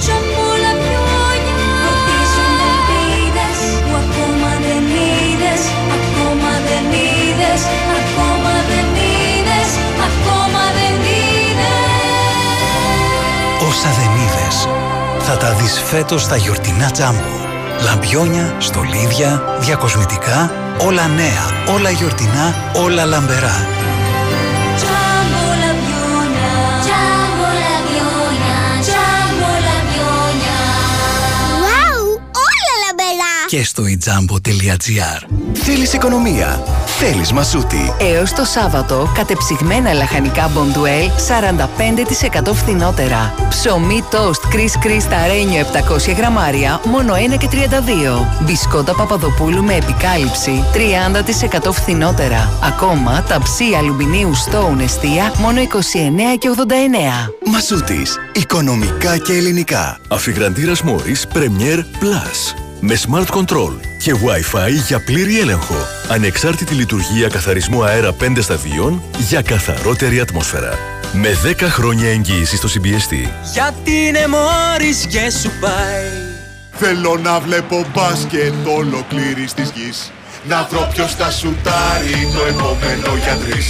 Τζαμπούλα πιόνια Φωτίζουν ελπίδες Που ακόμα δεν είδες Ακόμα δεν είδες Ακόμα δεν είδες Ακόμα δεν είδες
Όσα δεν είδες. Θα τα δεις φέτος στα γιορτινά τζάμπο. Λαμπιόνια, στολίδια, διακοσμητικά, όλα νέα, όλα γιορτινά, όλα λαμπερά.
Τζαμπούλα πιόνια Τζαμπούλα πιόνια Τζαμπούλα πιόνια
Wow, όλα λαμπερά!
Και στο ijambo.gr Θέλεις οικονομία. Θέλεις μασούτη.
Έως το Σάββατο, κατεψυγμένα λαχανικά Bonduelle 45% φθηνότερα. Ψωμί toast Chris Chris ταρένιο 700 γραμμάρια, μόνο 1 και 32. Μπισκότα Παπαδοπούλου με επικάλυψη 30% φθηνότερα. Ακόμα ταψί αλουμινίου στόουν εστία, μόνο 29 και 89.
Μασούτης. Οικονομικά και ελληνικά.
Αφιγραντήρας Μόρις Premier Plus. Με Smart Control και Wi-Fi για πλήρη έλεγχο. Ανεξάρτητη λειτουργία καθαρισμού αέρα 5 σταδίων για καθαρότερη ατμόσφαιρα. Με 10 χρόνια εγγύηση στο CBST.
Γιατί είναι μόρις και σου πάει Θέλω να βλέπω μπάσκετ ολοκλήρης της γης Να βρω ποιος θα σουτάρει το επόμενο για τρεις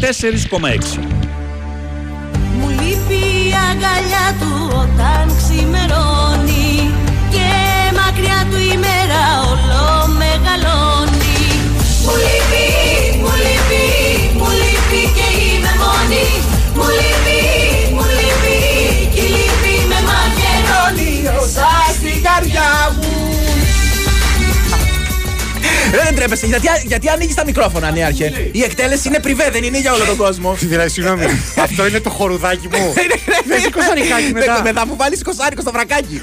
94,6.
Μου λείπει η αγκαλιά του όταν ξημερώνει Και μακριά του η μέρα όλο μεγαλώνει Μου λείπει, μου λείπει, μου λείπει και είμαι μόνη Μου λείπει, μου λείπει και η λύπη με μαγερώνει Όσα στην καρδιά μου
Ρε, δεν τρέπεσαι, γιατί, γιατί ανοίγεις τα μικρόφωνα, Νέαρχε. Η εκτέλεση είναι πριβέ, δεν είναι για όλο τον κόσμο.
Δηλαδή, συγγνώμη,
Ε,
αυτό είναι το χορουδάκι μου. Παίζει κοσαρικάκι μετά.
Μετά που βάλεις κοσάρικο στο βρακάκι.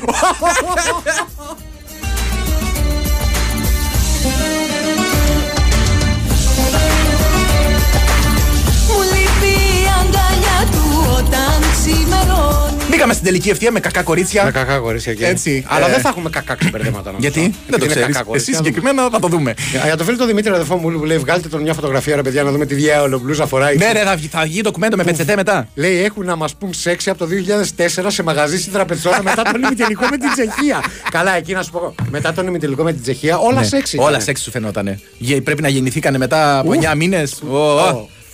Μου λείπει η αγκαλιά του όταν ξημερώνει
Μπήκαμε στην τελική ευθεία με κακά κορίτσια.
Με κακά κορίτσια και.
Έτσι.
Αλλά
ε,
δεν θα έχουμε κακά ξεπερδέματα. νομίζω.
Γιατί δεν το
είναι
ξέρεις.
κακά κορίτσια,
Εσύ
να δούμε.
συγκεκριμένα θα το δούμε.
Για- Για το φίλο του Δημήτρη, αδερφό μου, που λέει: Βγάλτε τον μια φωτογραφία, ρε παιδιά, να δούμε τι διάολο μπλούζα φοράει.
Ναι, ρε, θα βγει, θα βγει ντοκουμέντο με πετσετέ μετά.
Λέει: Έχουν να μας πούν σεξι από το 2004 σε μαγαζί στην τραπεζόνα μετά τον ημιτελικό με την Τσεχία. Καλά, εκεί να σου πω. Μετά τον ημιτελικό με την Τσεχία, όλα
Ναι,
σεξι.
Όλα σεξ σου φαινότανε. Γε- Πρέπει να γεννηθήκανε μετά από 9 μήνε.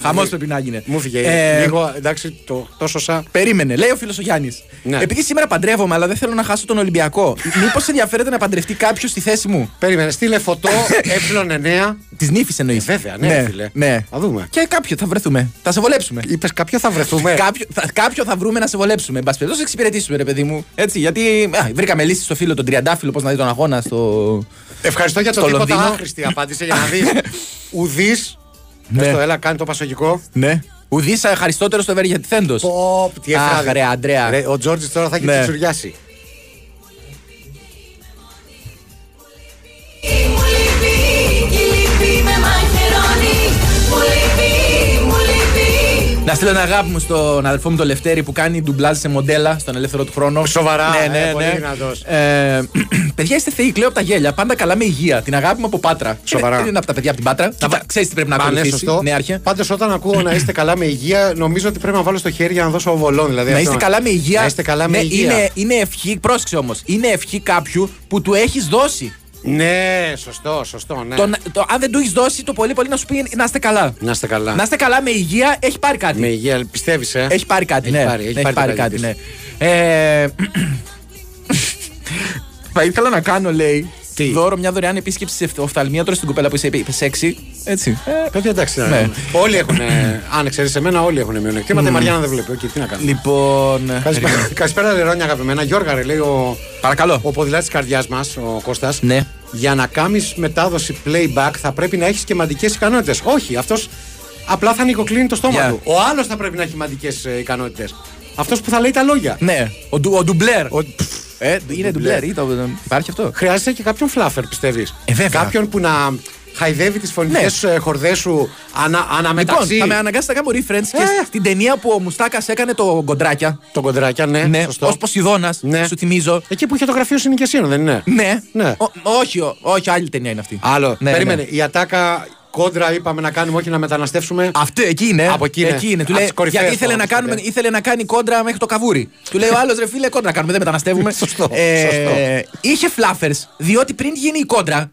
Χαμό πρέπει να γίνει.
Μου φύγε.
Ε,
Λίγο, εντάξει, το, το σωσα.
Περίμενε, λέει ο φίλος ο Γιάννης.
Ναι.
Επειδή σήμερα παντρεύομαι, αλλά δεν θέλω να χάσω τον Ολυμπιακό. Μήπως ενδιαφέρεται να παντρευτεί κάποιος στη θέση μου.
Περίμενε, στείλε
[LAUGHS]
φωτό, ε, ε9.
Της νύφης εννοείς. Ε,
βέβαια, ναι, φίλε.
ναι.
Θα δούμε. Ε.
Και κάποιο θα βρεθούμε. Θα σε βολέψουμε.
Είπες κάποιο θα βρεθούμε.
Κάποιο θα, κάποιο θα βρούμε να σε βολέψουμε. Εν πάση περιπτώσει, εξυπηρετήσουμε, ρε παιδί μου. Έτσι, γιατί α, βρήκαμε λύση στο φίλο, τον Τριαντάφυλλο, πώς να δει τον αγώνα στο.
Ευχαριστώ για το
στο
τίποτα
Λονδίνο.
άχρηστη απάντηση για να
[LAUGHS]
δεις. Ουδής. Ναι. Το έλα, κάνει το πασογικό.
Ναι. Ουδή ευχαριστότερο στο ευεργετηθέντο.
Ποπ, τι
Αχ,
εφράδει.
ρε, Αντρέα.
Ρε, ο Τζόρτζης τώρα θα έχει
Ναι.
τσουριάσει.
Μου λυπεί, η λυπή με μαχαιρώνει Μου λυπεί, μου λυπεί
Να στείλω ένα αγάπη μου στον αδερφό μου τον Λευτέρη που κάνει ντουμπλάζ σε μοντέλα στον ελεύθερο του χρόνο.
Σοβαρά,
ναι,
ε,
ναι,
πολύ
ναι.
δυνατός.
Ε, [CLEARS THROAT] παιδιά, είστε θεοί, κλαίω από τα γέλια. Πάντα καλά με υγεία. Την αγάπη μου από πάτρα.
Σοβαρά.
Είναι, είναι από τα παιδιά από την πάτρα. Κοίτα, ξέρεις τι πρέπει να
Πάνε
ακολουθήσει.
σωστό.
Ναι, άρχε.
Πάντως, όταν ακούω να είστε καλά με υγεία, νομίζω ότι πρέπει να βάλω στο χέρι για να δώσω οβολόν. Δηλαδή,
Να
αυτό
είστε καλά με υγεία.
Να είστε καλά με
ναι,
υγεία.
Είναι, είναι ευχή, πρόσεξε όμως. Είναι ευχή κάποιου που του έχεις δώσει.
Ναι, σωστό, σωστό. Ναι.
Τον, το, αν δεν του έχεις δώσει, το πολύ πολύ να σου πει να είστε καλά.
Να είστε καλά.
Να είστε καλά με υγεία, έχει πάρει κάτι.
Ναι. Με υγεία, πιστεύεις, ε.
Έχει πάρει κάτι,
Έχει
ναι.
πάρει, έχει πάρει το
κάτι,
παιδί
ναι. Ε, θα ήθελα να κάνω, λέει, δώρο μια δωρεάν επίσκεψη σε οφθ- οφθαλμίατρο στην κοπέλα που είσαι είπε σεξι. Έτσι.
Παιδιά, εντάξει.
Ναι.
Ναι. Όλοι έχουν. αν εξαιρεί εμένα, όλοι έχουν μειονεκτήματα. Η Μαριάννα δεν βλέπει. Οκ, τι να κάνω.
Λοιπόν.
Καλησπέρα, καλησπέρα Λερόνια, αγαπημένα. Γιώργα, ρε, λέει ο,
Παρακαλώ.
ο ποδηλάτης της καρδιάς μας, ο Κώστας.
Ναι.
Για να κάνεις μετάδοση playback θα πρέπει να έχεις και μαντικές ικανότητες. Όχι, αυτός απλά θα νοικοκλίνει το στόμα
Yeah.
του. Ο άλλος θα πρέπει να έχει μαντικές ικανότητες. Αυτός που θα λέει τα λόγια.
Ναι, ο, ντου, ο ντουμπλέρ. Ε, είναι ντουμπλέρ, ή το- υπάρχει αυτό.
Χρειάζεσαι και κάποιον φλάφερ, πιστεύεις.
Ε, βέβαια. Ναι.
κάποιον που να χαϊδεύει τις φωνητικέ χορδές σου ανα,
Λοιπόν,
αναμεταξύ.
θα με αναγκάσετε να κάνω reference και στην ταινία που ο Μουστάκας έκανε το κοντράκια.
Τον κοντράκια, ναι.
Ναι,
σωστό.
ως Ποσειδώνας, σου θυμίζω.
Εκεί που είχε το γραφείο συνοικιασίων, δεν είναι.
Ναι,
Ναι.
Ο- όχι, ο- όχι, άλλη ταινία είναι αυτή.
Άλλο.
Ναι,
Περίμενε.
ναι.
Η ατάκα κόντρα είπαμε να κάνουμε, όχι να μεταναστεύσουμε.
Αυτό εκεί είναι.
Από εκεί είναι.
Εκεί είναι. Του
Από
λέει,
τις κορυφαίες
γιατί ήθελε να,
φωνές,
κάνουμε,
ναι.
ήθελε να κάνει κόντρα μέχρι το καβούρι. Του λέει ο άλλος ρε φίλε, κόντρα κάνουμε, δεν μεταναστεύουμε.
[LAUGHS]
Ε,
Σωστό, σωστό.
Είχε φλάφερ, διότι πριν γίνει η κόντρα,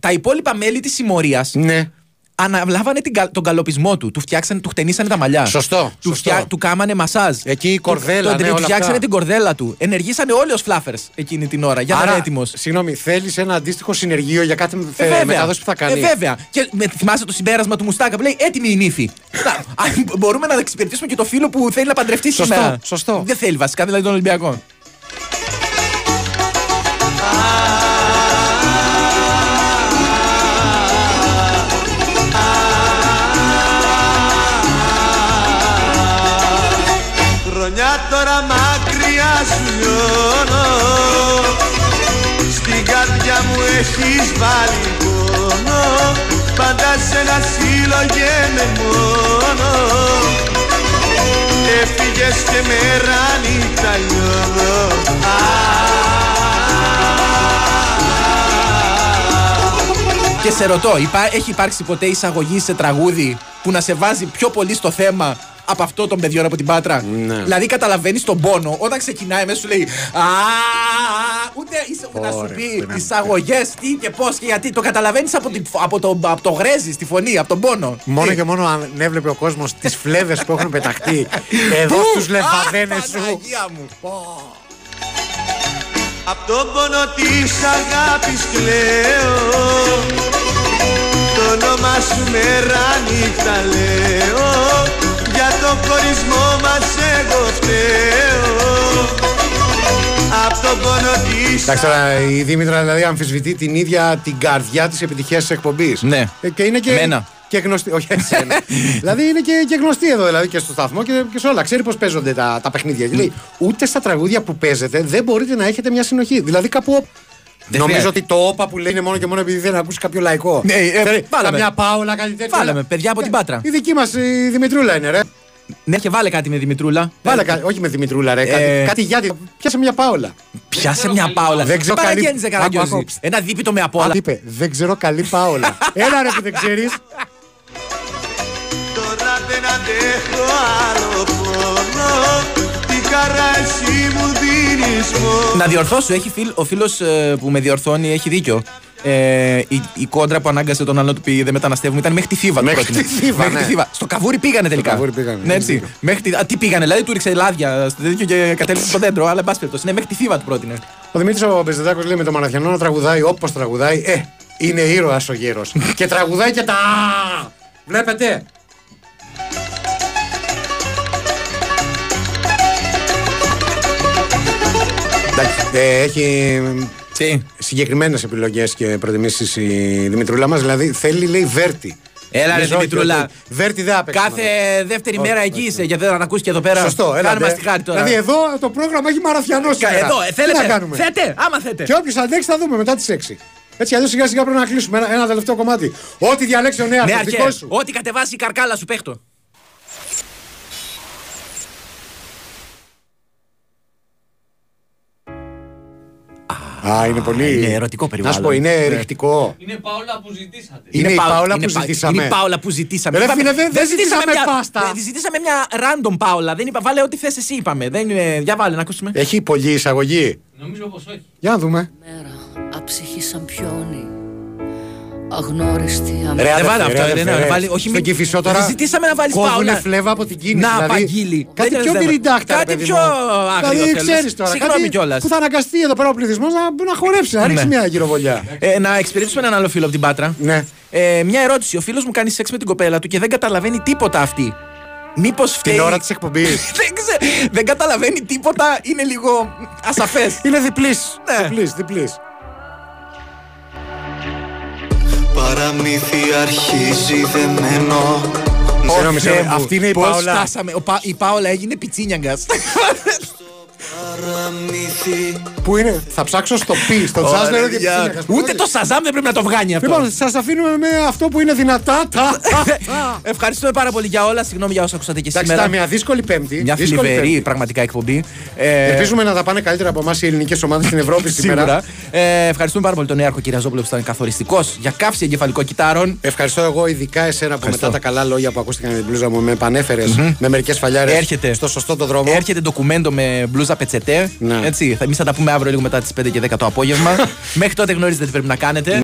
τα υπόλοιπα μέλη της συμμορίας
Ναι.
αναλάβανε την, κα- τον καλοπισμό του. Του φτιάξανε, του χτενίσανε τα μαλλιά.
Σωστό,
Του,
σωστό.
φτιά- του κάμανε μασάζ.
Εκεί η κορδέλα,
Του,
ναι,
του
όλα
φτιάξανε
αυτά.
την κορδέλα του. Ενεργήσανε όλοι ως φλάφερ εκείνη την ώρα. Για να είναι έτοιμος.
Συγγνώμη, θέλεις ένα αντίστοιχο συνεργείο για κάθε
Ε,
ε,
βέβαια.
μετάδοση που θα κάνει.
Ε, βέβαια. Και με, θυμάσαι το συμπέρασμα του Μουστάκα που λέει έτοιμη η νύφη. Να, αν μπορούμε να εξυπηρετήσουμε και το φίλο που θέλει να παντρευτεί
Σωστό,
σήμερα.
σωστό.
Δεν θέλει βασικά, δηλαδή τον Ολυμπιακό.
Χρονιά τώρα μακριά σου λιώνω Στην καρδιά μου έχεις βάλει πόνο Πάντα σε ένα σύλλογε μόνο Έφυγες και μέρα νύχτα λιώνω Α,
Και σε ρωτώ, υπά- έχει υπάρξει ποτέ εισαγωγή σε τραγούδι που να σε βάζει πιο πολύ στο θέμα από αυτό των παιδιών από την Πάτρα.
Ναι.
Δηλαδή καταλαβαίνεις τον πόνο όταν ξεκινάει μέσα σου λέει Α, ούτε ίσα- να σου πει εισαγωγές τι και πώς και γιατί. Το καταλαβαίνεις από, την- από, το, από το γρέζι στη φωνή, από τον πόνο.
Μόνο
Τι.
και μόνο αν έβλεπε ο κόσμος τις φλέβες που έχουν
[LAUGHS]
πεταχτεί εδώ στου λεφαδένε σου.
Παναγία μου.
Απ' τον πόνο της αγάπης κλαίω Το όνομα σου μέρα νύχτα λέω Για τον χωρισμό μας εγώ φταίω Απ' τον πόνο της
Εντάξει, τώρα η Δήμητρα δηλαδή αμφισβητεί την ίδια την καρδιά της επιτυχίας της εκπομπής.
Ναι.
Ε, Και είναι και.
Μένα.
Και γνωστή. Όχι,
[LAUGHS]
εσένα. δηλαδή είναι και, και γνωστή εδώ δηλαδή και στο σταθμό και, και σε όλα. Ξέρει πώς παίζονται τα, τα παιχνίδια.
Ναι.
Δηλαδή, ούτε στα τραγούδια που παίζετε δεν μπορείτε να έχετε μια συνοχή. Δηλαδή κάπου. όπ-
Δεν
Νομίζω
χρειάζεται.
ότι το όπα που λέει είναι μόνο και μόνο επειδή δεν ακούσει κάποιο λαϊκό.
Ναι, ε,
Δηλαδή,
βάλαμε.
Καμιά πάολα, κάτι τέτοιο. Ε,
Βάλαμε, παιδιά από την Πάτρα.
Η δική μας η Δημητρούλα είναι, ρε.
Ναι, και βάλε κάτι με Δημητρούλα.
Βάλε, κα- όχι με Δημητρούλα, ρε. Κάτι,
Ε.
κάτι γιατί. Πιάσε μια πάολα.
Πιάσε μια πάολα.
Δεν ξέρω καλή-
Παραγγέλνεις, ρε,
Άκου,
Καραγκιόζη.
άκου.
Ένα δίπιτο με απ' όλα.
Α, είπε, δεν ξέρω καλή
[LAUGHS]
πάολα. Έλα ρε που δεν ξέρεις.
Τώρα δεν αντέχω άλλο πόνο Τη χαρά εσύ μου δίνεις μόνο
Να διορθώσω, έχει φίλ, ο φίλος που με ε, διορθώνει έχει δίκιο. ε, η, η κόντρα που ανάγκασε τον άλλο να του πει δεν μεταναστεύουμε ήταν μέχρι τη Θήβα. του
Μέχρι
πρότεινε.
τη Θήβα,
Μέχρι
ναι.
τη Θήβα. Στο καβούρι πήγανε τελικά.
καβούρι πήγανε,
Ναι, έτσι. Μέχρι τη, α, τι πήγανε, δηλαδή του ρίξε λάδια στο τέτοιο και κατέληξε
[LAUGHS]
στο δέντρο, αλλά εν πάση περιπτώσει. Ναι, μέχρι τη Θήβα του πρότεινε.
Ο Δημήτρης ο Μπεζεδάκο λέει με τον Μαναθιανό να τραγουδάει όπως τραγουδάει. Ε, είναι ήρωας ο γέρος.
[LAUGHS]
και τραγουδάει και τα. «Α». Βλέπετε. Εντάξει, ε, έχει συγκεκριμένες επιλογές και προτιμήσεις η Δημητρούλα μας. Δηλαδή θέλει, λέει, Βέρτη.
Έλα, ρε
Νομίζω, όχι,
Δημητρούλα.
όχι. Βέρτη δεν άπαιξε.
Κάθε δεύτερη
Όχι,
μέρα εκεί είσαι, γιατί δεν ακούς και εδώ πέρα.
Σωστό, έλα.
Κάνε μας τη χάρη τώρα.
Δηλαδή εδώ το πρόγραμμα έχει μαραθιανό
Κα-
σήμερα.
εδώ, ε,
Τι
θέλετε,
να κάνουμε.
θέτε, άμα θέτε.
Και όποιος αντέξει θα δούμε μετά τις 6. Έτσι, αλλιώς σιγά σιγά πρέπει να κλείσουμε ένα, ένα τελευταίο κομμάτι. Ό,τι διαλέξει ο νέο,
Ναι, αρχέ.
δικός σου.
Ό,τι κατεβάσει η καρκάλα σου παίχτω.
Α, είναι πολύ.
είναι ερωτικό περιβάλλον.
Να σου πω, είναι
Ναι.
ρηχτικό.
Είναι Παόλα που ζητήσατε.
Είναι η
Πα-
Πάολα
είναι
που
Πα-
ζητήσαμε.
Είναι η Πάολα που ζητήσαμε.
Ρε
Είπαμε-
φίλε, δεν- δεν ζητήσαμε
μια-
πάστα.
δεν- Ζητήσαμε μια random Πάολα. Δεν είπα, βάλε ό,τι θες εσύ, είπαμε. Δεν είναι. Για βάλε, να ακούσουμε.
Έχει πολλή εισαγωγή.
Νομίζω πως όχι.
Για να δούμε.
Αψυχή σαν πιόνι Αγνώριστη
Ρε,
αμ-
Δεν Ε, βάλε
αδερφέ,
αυτό,
ρε,
δεν
αδερφέ, ρε.
βάλει. Όχι,
Στον
μην
Κηφισό τώρα
Ζητήσαμε να βάλεις
κόβουνε
Πάολα.
φλέβα από την κίνηση,
Να,
δηλαδή.
παγγείλει.
Κάτι
Δεν
πιο
είναι θέμα.
πυρηντάκτα.
Κάτι πιο άγριο.
Δηλαδή,
θέλεις.
ξέρεις τώρα.
Συγγνώμη
κάτι
κιόλας.
Που θα αναγκαστεί εδώ πέρα ο πληθυσμός να, να χορέψει, να ρίξει
Ναι.
μια γυροβολιά.
Ε, να εξυπηρετήσουμε έναν άλλο φίλο από την Πάτρα.
Ναι.
Ε, μια ερώτηση. Ο φίλος μου κάνει σεξ με την κοπέλα του και δεν καταλαβαίνει τίποτα αυτή. Μήπως φταίει.
ώρα της εκπομπής.
[LAUGHS] δεν, ξέ- δεν καταλαβαίνει τίποτα. Είναι λίγο ασαφές.
είναι διπλής.
Ναι.
Διπλής, διπλής.
Παραμύθι αρχίζει δεμένο
ε,
Συγγνώμη, συγγνώμη, Ε, αυτή είναι η
Πώς
Πάολα.
φτάσαμε. Ο Πα- η Πάολα έγινε πιτσίνιαγκας.
Πού είναι, θα ψάξω στο πι, στον
Ωραία,
Τζάζλερ και
παιδιά.
ψήνακα.
Ούτε το Σαζάμ δεν πρέπει να το βγάνει αυτό.
Λοιπόν, σας αφήνουμε με αυτό που είναι δυνατά. Τα.
Ευχαριστούμε πάρα πολύ για όλα. Συγγνώμη για όσα ακούσατε και
Εντάξει,
σήμερα.
ήταν μια δύσκολη Πέμπτη.
Μια
δύσκολη
θλιβερή
Πέμπτη.
πραγματικά εκπομπή. Ε,
Ελπίζουμε να τα πάνε καλύτερα από εμάς οι ελληνικές ομάδες στην
[LAUGHS]
Ευρώπη σήμερα.
Ε, ευχαριστούμε πάρα πολύ τον Νέαρχο Κυριαζόπουλο που ήταν καθοριστικός για καύση εγκεφαλικό κυτάρων.
Ευχαριστώ εγώ ειδικά εσένα που
Ευχαριστώ.
μετά τα καλά λόγια που ακούστηκαν για την πλούζα μου με επανέφερες
Μμμ.
με μερικές φαλιάρες
Έρχεται.
στο σωστό το δρόμο.
Έρχεται ντοκουμέντο με μπλούζα πετσετέ.
Ναι. [LAUGHS]
Έτσι, θα, εμείς θα τα πούμε αύριο λίγο μετά τις 5 και 10 το απόγευμα. Μέχρι τότε γνωρίζετε τι πρέπει να κάνετε.